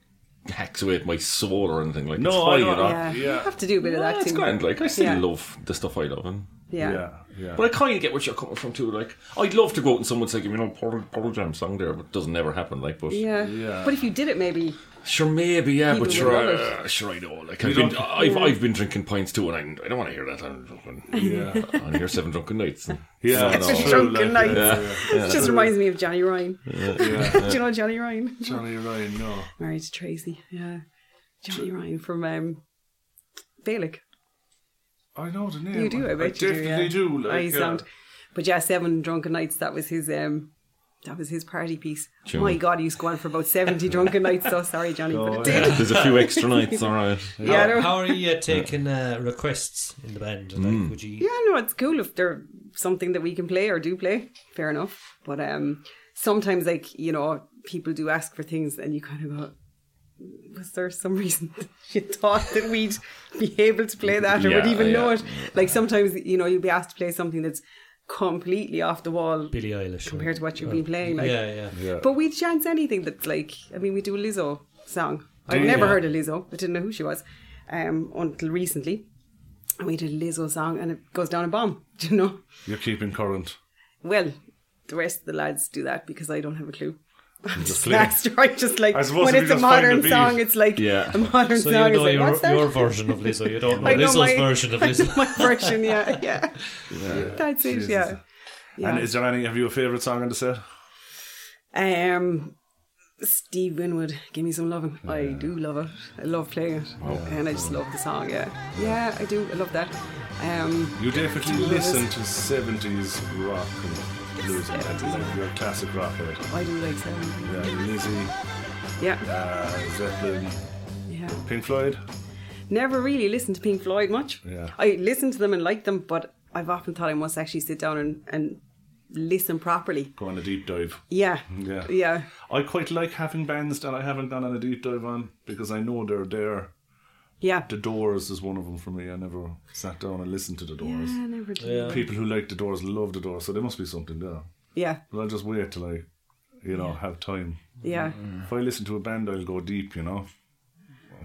hacks away at my soul or anything. Like,
No,
it's
I
fine, you
don't-
know.
yeah, you
Yeah.
have to do a bit of
Yeah,
that
it's
too.
grand. Like, I still
Yeah.
love the stuff I love. And
Yeah.
yeah.
But I kind of get what you're coming from too. Like, I'd love to go out and someone say, you know, Pearl, Pearl Jam song there, but it doesn't ever happen. Like, but
yeah,
Yeah.
But if you did it, maybe
sure, maybe, yeah,
People
but
would
sure,
love
uh, sure, I know. Like, I've been, I've, I've been drinking pints too, and I, I don't want to hear that. I'm drunken. Yeah, I hear seven drunken nights. and-
Yeah,
It's
it's uh, true,
drunken
like,
nights.
yeah,
it just reminds me of Johnny Ryan. do you know Johnny Ryan?
Johnny Ryan, no.
Married to Tracy. Yeah, Johnny Ryan from um, Balak.
I know the name.
You do, I bet you do.
definitely
Yeah.
do. Like,
I
yeah.
sound. But yeah, seven drunken nights. That was his. um That was his party piece.
Sure.
My God, he used to go on for about seventy drunken nights. So sorry, Johnny,
Oh,
but it did.
There's a few extra nights, all right.
Yeah, I don't-
How are you uh, taking uh, requests in the band? Like,
Mm.
would you?
yeah, no, it's cool if they're something that we can play or do play. Fair enough. But um sometimes, like you know, people do ask for things, and you kind of go. Was there some reason that you thought that we'd be able to play that or would
Yeah,
even know
yeah.
it? Like sometimes, you know, you'll be asked to play something that's completely off the wall
Billie Eilish.
compared to what you've been playing. Like,
yeah, yeah,
But we chance anything that's like, I mean, we do a Lizzo song. I'd never heard of Lizzo. I didn't know who she was um, until recently. And we did a Lizzo song and it goes down a bomb, do you know?
You're keeping current.
Well, the rest of the lads do that because I don't have a clue. I'm
just
just
play.
last, right? Just like
I suppose
when
if you
it's a
just find the
modern
beat.
song, it's like
Yeah.
a modern
So
song.
you
It's
know
like,
your,
what's that?
your version of Lizzo. You don't know
I know
Lizzo's
my-
version of
I know
Lizzo.
my version, yeah, yeah. That's it,
Jesus.
yeah. yeah.
And is there any? Have you a favorite song on the set?
Um, Steve Winwood, give me some loving. I do love it. I love playing it,
Oh.
and I just love the song. Yeah, yeah, I do. I love that. Um,
You definitely listen to seventies rock and blues. and that, Like your classic rock, right?
I do like some.
Yeah, Lizzy,
Yeah,
uh, Zeppelin,
yeah.
Pink Floyd.
Never really listened to Pink Floyd much.
Yeah.
I listened to them and liked them, but I've often thought I must actually sit down and, and listen properly.
Go on a deep dive.
Yeah,
Yeah.
yeah,
I quite like having bands that I haven't gone on a deep dive on because I know they're there.
yeah.
The Doors is one of them for me. I never sat down and listened to the Doors.
I never did.
People who like the Doors love the Doors, so there must be something there.
Yeah,
But I'll just wait till I, you know, have time.
yeah,
Mm-hmm. If I listen to a band, I'll go deep, you know.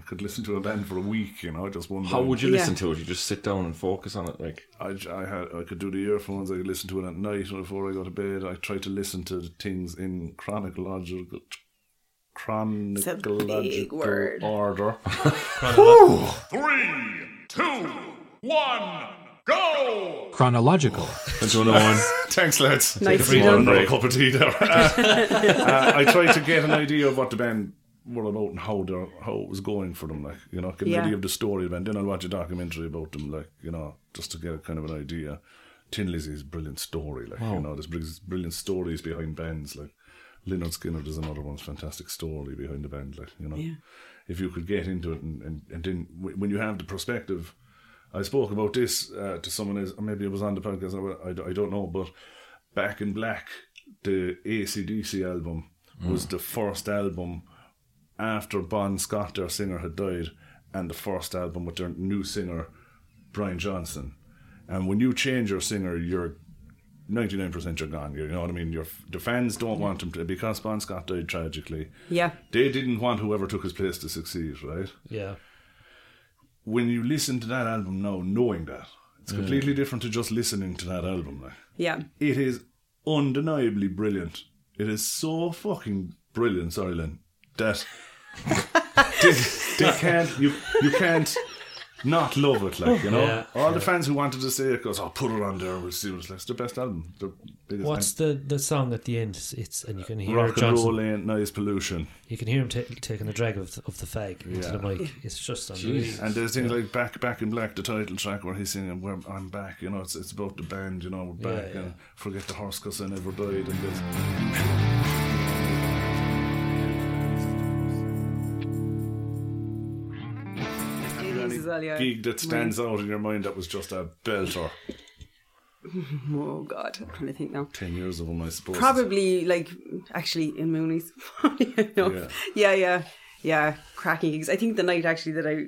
could listen to a band for a week, you know, just one.
How
band.
would you
Yeah.
listen to it? You just sit down and focus on it, like
I, j- I had I could do the earphones. I could listen to it at night or before I go to bed. I tried to listen to the things in chronological chronological
word.
order.
Chronological.
Thanks, lads.
Nicely
Take a
done.
break. cup of tea there. Uh, I tried to get an idea of what the band were about and how they how it was going for them, like you know, get an
Yeah.
idea of the story of the band. Then I'll watch a documentary about them, like you know, just to get a kind of an idea. Tin Lizzy's brilliant story, like you know, there's br- brilliant stories behind bands, like Leonard Skinner does another one's fantastic story behind the band, like you know, if you could get into it and and, and then wh- when you have the perspective. I spoke about this uh, to someone else, or maybe it was on the podcast, I, I, I don't know, but Back in Black, the ACDC album, was the first album after Bon Scott, their singer, had died, and the first album with their new singer, Brian Johnson. And when you change your singer, you're 99% you're gone. You know what I mean? Your The fans don't want him to, because Bon Scott died tragically.
Yeah.
They didn't want whoever took his place to succeed, right?
Yeah.
when you listen to that album now, knowing that, it's completely different to just listening to that album. Like.
Yeah.
It is undeniably brilliant. It is so fucking brilliant, sorry, Lynn, that they, they can't, you, you can't not love it, like, you know?
Yeah.
All the fans who wanted to say it goes, oh, put it on there, we'll see what's left. It's the best album. The biggest
What's the, the song at the end? It's- It's and you can
thing.
hear
Rock and
Johnson.
roll ain't noise pollution.
You can hear him ta- taking a drag of the, of the fag into the mic. It's just unbelievable.
And there's things like back, back in black, the title track where he's singing "Where I'm back." You know, it's it's about the band. You know, we're
Yeah,
back
yeah.
and forget the horse 'cause I never died. And this.
It is as well, yeah.
gig that stands out in your mind that was just a belter.
Oh God, I'm trying to think now.
Ten years of them, I suppose.
Probably like actually in Mooney's. yeah. yeah, yeah, yeah. Cracking gigs. I think the night actually that I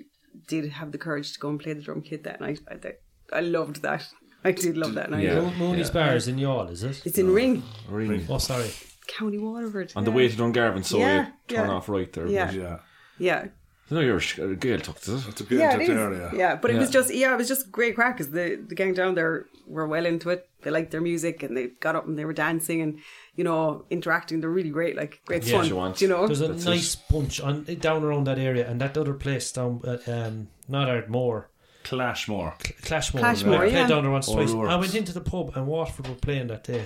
did have the courage to go and play the drum kit that night. I, that- I loved that. I did love that night.
Yeah.
Mo- Mooney's Bar is in Yall, is it?
It's in Ring,
ring.
Oh, sorry.
County Waterford.
on the way to Dungarvan. So
Yeah,
you turn
yeah.
off right there.
Yeah.
Yeah,
Yeah.
No, you're sh- uh, Gael tucked is it?
it's a good
yeah, it is.
area.
Yeah, but it was
Yeah.
just yeah, it was just great crack because the the gang down there were well into it. They liked their music and they got up and they were dancing and you know interacting. They're really great, like great
Yeah,
fun.
you want.
do you know?
There's a
That's it.
nice bunch on down around that area, and that other place down at um, not Ardmore,
Clashmore.
Clashmore.
Clashmore,
I played
yeah.
down there once,
Or
twice. I
Rourke's.
went into the pub, and Waterford were playing that day.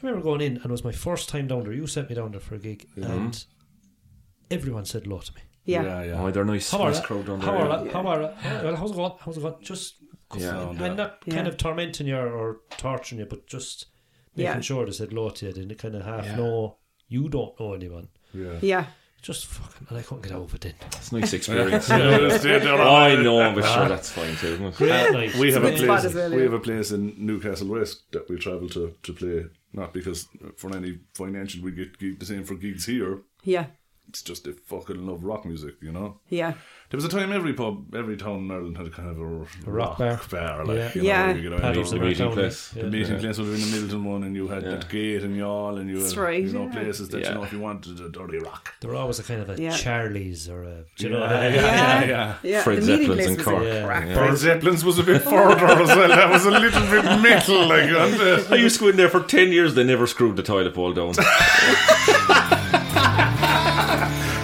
I remember going in, and it was my first time down there. You sent me down there for a gig, and everyone said hello to me.
yeah.
yeah,
Oh, they're nice,
How are
nice
that?
crowd down there.
How
yeah.
are that? How are that? Well, how's it going? How's it going? Just
Yeah.
and not kind
Yeah.
of tormenting you or torturing you, but just making
Yeah.
sure they said hello to you. Didn't kind of half know you don't know anyone.
yeah.
yeah.
Just fucking, and I couldn't get over it. Then.
It's a nice experience.
They're- they're all-
I know, but sure, that's fine too. Isn't it?
Great night.
We have a
good spot
place.
as well,
We
yeah.
have a place in Newcastle West that we travel to to play. Not because for any financial we get gig, the same for gigs here.
Yeah.
It's just they fucking love rock music, you know.
Yeah.
There was a time every pub, every town in Ireland had a kind of a rock,
rock bar.
like
Yeah.
you know,
Yeah.
where you get out
Paddy's
and
the
all
great
that.
town,
place.
yeah.
The meeting place would have been the Middleton one, and you had that gate and y'all, and you
That's
had
right,
you know
yeah.
places that
Yeah.
you know if you wanted a dirty rock.
There were always a kind of a
Yeah.
Charlie's or a, do you know,
yeah,
that?
yeah, yeah.
Yeah. the
Fred
meeting
Zeppelin's
place
in
was
Cork.
a
Yeah.
crack.
Or Zeppelin's was a bit further as well. That was a little bit metal, like wasn't it?
I used to go in there for 10 years, they never screwed the toilet bowl down.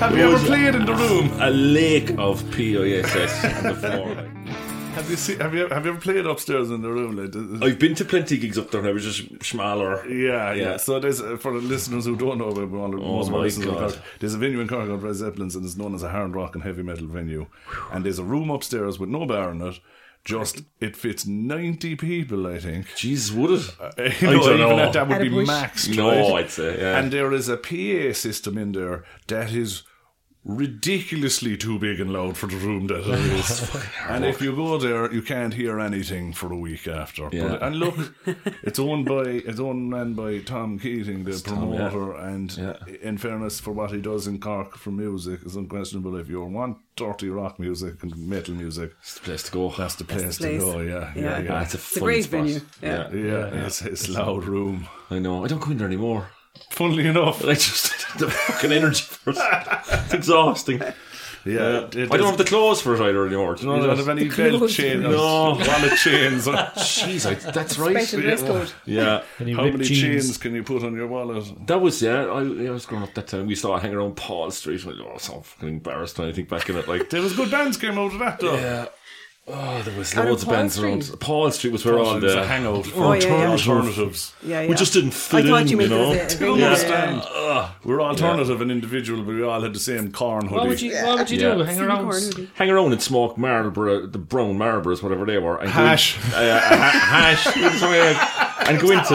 Have you ever played in the room?
a lake of PISS on the floor. like.
Have you see, have you have you ever played upstairs in the room? Like, th-
I've been to plenty of gigs up there and I was just smaller.
yeah, yeah,
Yeah.
So there's uh, for the listeners who don't know about one of
Oh
most of our
my
listeners in
God.
Cork, there's a venue in Cork called Red Zeppelin's and it's known as a hard rock and heavy metal venue. And there's a room upstairs with no bar in it. Just it fits ninety people, I think.
Jeez, would it?
You
I
know,
don't
even
know.
that, that would
At a
be
bush.
maxed.
No,
right?
I'd say, yeah.
And there is a PA system in there that is ridiculously too big and loud for the room that it is. and if you go there, you can't hear anything for a week after. But-
Yeah.
and look, it's owned by it's owned and by Tom Keating, the promoter. And in fairness, for what he does in Cork for music, is unquestionable. If you want dirty rock music and metal music,
It's the place to go.
that's the place,
the place.
to go. Yeah, yeah,
Yeah.
yeah.
Ah, it's a
a
fun
great
spot.
venue, yeah.
Yeah.
Yeah, It's, it's loud room.
I know. I don't go in there anymore.
Funnily enough,
Like just the fucking energy first. It's exhausting. Uh,
Yeah, it- it
I don't
is-
have the clothes for it either anymore. Do you know
You
that?
don't have any belt chains,
No.
wallet chains. or-
Jeez, I, that's
Special
right.
dress code.
Yeah,
Any
How
ripped
many
jeans.
chains can you put on your wallet?
that was yeah. I, I was growing up that time. We used to all hang around Paul Street. And I was oh, so fucking embarrassed when I think back in it. Like
There was good bands came out of that though.
Yeah. Oh, there was
Out of
loads of
Paul
bands
Street?
around. Paul Street was where
It
all
was a
the
hangout for
Oh, yeah, yeah.
alternatives.
Yeah, yeah.
we just didn't
I
fit
thought
in.
you
You,
meant
know.
it was a-
Don't
Yeah.
understand. We're alternative and individual, but we all had the same corn hoodie.
What would you? What would you Yeah. do? Hang
Unicorn
around,
hoodie.
hang around and smoke Marlboro, the brown Marlboros, whatever they were. And go in-
Hash.
uh, uh, ha- hash, Sorry, uh, and go into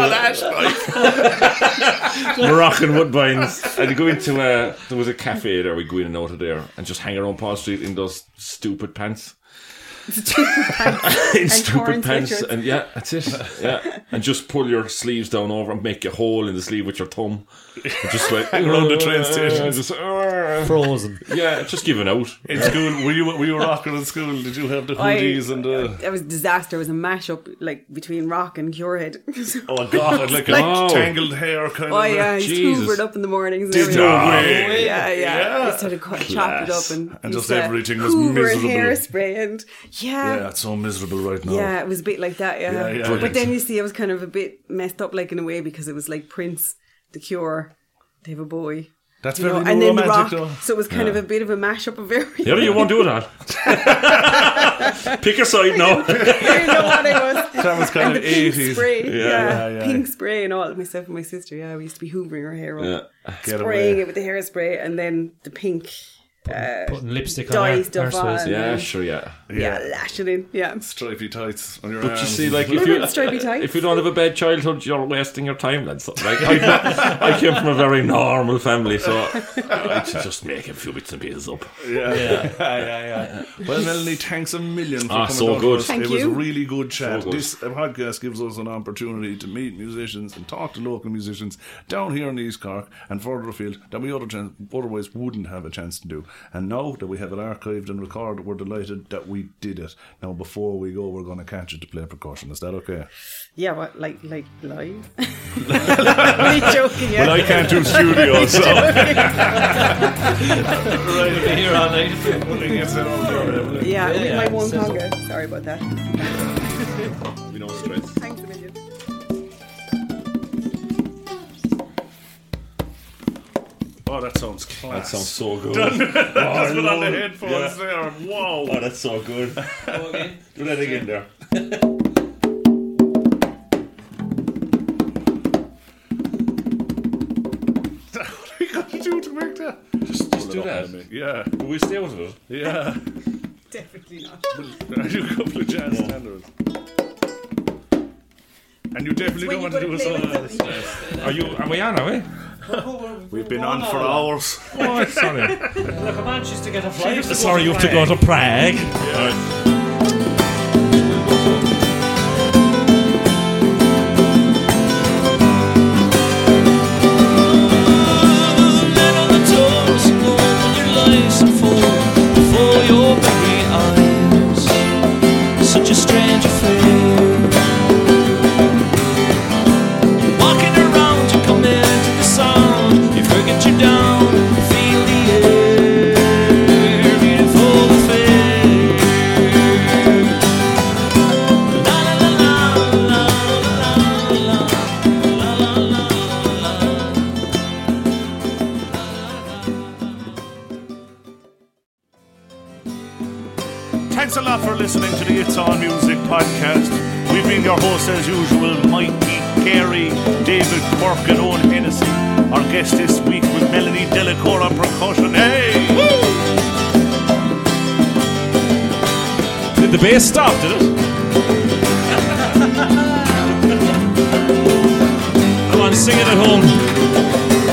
Moroccan woodbines. And go into uh, there was a cafe there. We go in and out of there, and just hang around Paul Street in those stupid pants. in
torn
stupid pants,
sweatshirts.
and yeah, that's it. Yeah, and just pull your sleeves down over and make a hole in the sleeve with your thumb. And just like
Around the train station.
Just, uh,
Frozen.
yeah, just giving out.
In school, were you were you rocking in school? Did you have the hoodies and the?
It was disaster. It was a mashup like between rock and Curehead.
Oh God, like,
Like-
a tangled hair kind
oh
of. a-
yeah, he's
Jesus.
hoovered up in the mornings. and
Did
everything.
you?
yeah,
Way.
yeah,
Yeah.
yeah. He sort of cut, chopped it up and,
And just
used to
everything was
Hoover
miserable.
and hairspray and yeah.
Yeah, it's so miserable right now.
Yeah, it was a bit like that, yeah.
Yeah, yeah,
But
Brilliant.
then you see, I was kind of a bit messed up, like in a way, because it was like Prince, The Cure, they have a boy.
That's
you know,
very
and then the rock.
romantic though.
So it was kind of a bit of a mashup of everything.
Yeah, you won't do that. Pick a side now.
I didn't know what it was.
That was kind
And the
of
pink
eighties.
spray, yeah,
yeah, yeah.
pink spray and all. Myself and my sister, yeah, we used to be hoovering her hair
Yeah.
up,
Get
spraying
away.
it with the hairspray, and then the pink,
Putting lipstick on
dye
our,
stuff
arseways.
on.
Yeah, sure, yeah.
yeah, lash it in, yeah.
Stripy tights on your
But you
arms.
see, like if you
Remember stripy tights?
if you don't have a bad childhood, you're wasting your time. Then something like I, I came from a very normal family, so uh, I should just make a few bits and pieces up.
Yeah, yeah, yeah, yeah. Well, Melanie, thanks a million for
Ah,
coming
so
on
good.
to us.
Thank
it was a
you.
really good chat.
good.
This uh, podcast gives us an opportunity to meet musicians and talk to local musicians down here in East Cork and further afield that we other chan- otherwise wouldn't have a chance to do. And now that we have it archived and recorded, we're delighted that we did it. Now, before we go, we're going to catch it to play percussion. Is that okay?
Yeah, what like like live? Only joking. Yeah.
I can't do studio, so.
Here all night.
yeah, with
yeah,
my one
sizzle.
conga. Sorry about that.
You know, stress.
Thanks a million.
Oh, that sounds class.
Sounds so good. oh,
That's what on the headphones there. Wow.
that's so good. Do that again there.
what are you going to do to make that?
Just, just do that.
Yeah,
Will we stay out of it?
yeah.
Definitely not.
I do a couple of jazz standards. And you definitely
When
don't
you
want
go
to
to
do a
play with
song like
somebody.
this.
Are you? Are we on? Are we?
We've been on for hours.
Oh, sorry.
Come on, she's to get a flight.
sorry, you have to go to Prague. All right.
Thanks a lot for listening to the It's All Music podcast. We've been your hosts as usual, Mikey Carey, David Quirk, and Owen Hennessy. Our guest this week was Melanie Delacour on percussion. Hey!
Did the bass stop? Did it? Come on, sing it at home.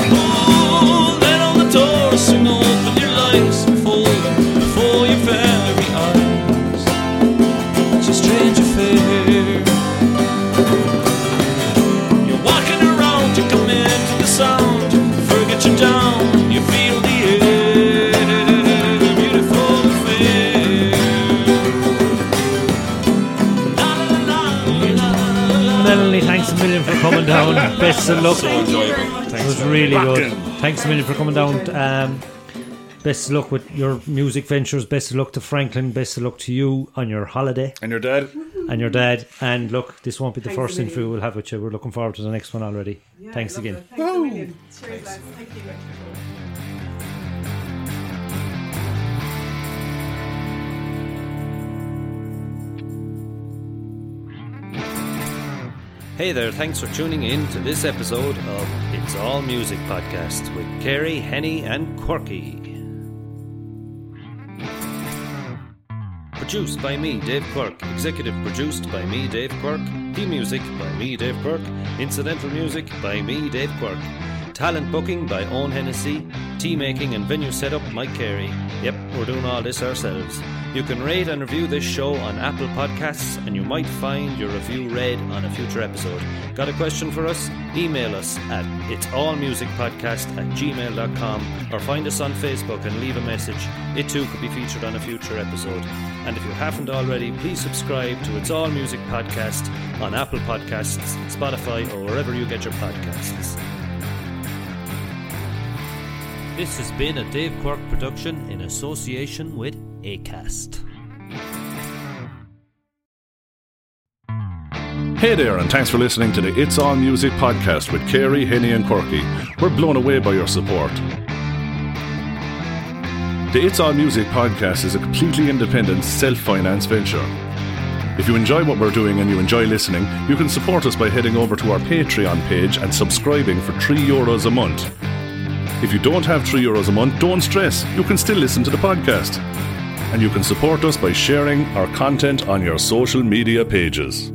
Down, you feel the air, beautiful affair.
Melanie, thanks a million for coming down. Best of luck.
Oh,
So enjoyable.
It was really good. Thanks a million for coming down. Um,
Best of luck with your music ventures. Best of luck to Franklin. Best of luck to you on your holiday
And your dad?
and your dad. And look, this won't be the
Thanks
first
a million.
interview we'll have with you. We're looking forward to the next one already. Thanks again.
Thanks a million. Cheers, lads. Thank you.
Hey there, thanks for tuning in to this episode of It's All Music Podcast with Kerry, Henny, and Quirky. Produced by me, Dave Quirk. Executive produced by me, Dave Quirk. The music by me, Dave Quirk. Incidental music by me, Dave Quirk. Talent booking by Owen Hennessy. Tea making and venue setup, Mike Carey. Yep, we're doing all this ourselves. You can rate and review this show on Apple Podcasts, and you might find your review read on a future episode. Got a question for us? Email us at itsallmusicpodcast at gmail.com or find us on Facebook and leave a message. It too could be featured on a future episode. And if you haven't already, please subscribe to It's All Music Podcast on Apple Podcasts, Spotify, or wherever you get your podcasts. This has been a Dave Quirk production in association with ACAST.
Hey there, and thanks for listening to the It's All Music podcast with Carey, Henny, and Quirky. We're blown away by your support. The It's All Music podcast is a completely independent, self financed venture. If you enjoy what we're doing and you enjoy listening, you can support us by heading over to our Patreon page and subscribing for €3 Euros a month. If you don't have €3 Euros a month, don't stress, you can still listen to the podcast. And you can support us by sharing our content on your social media pages.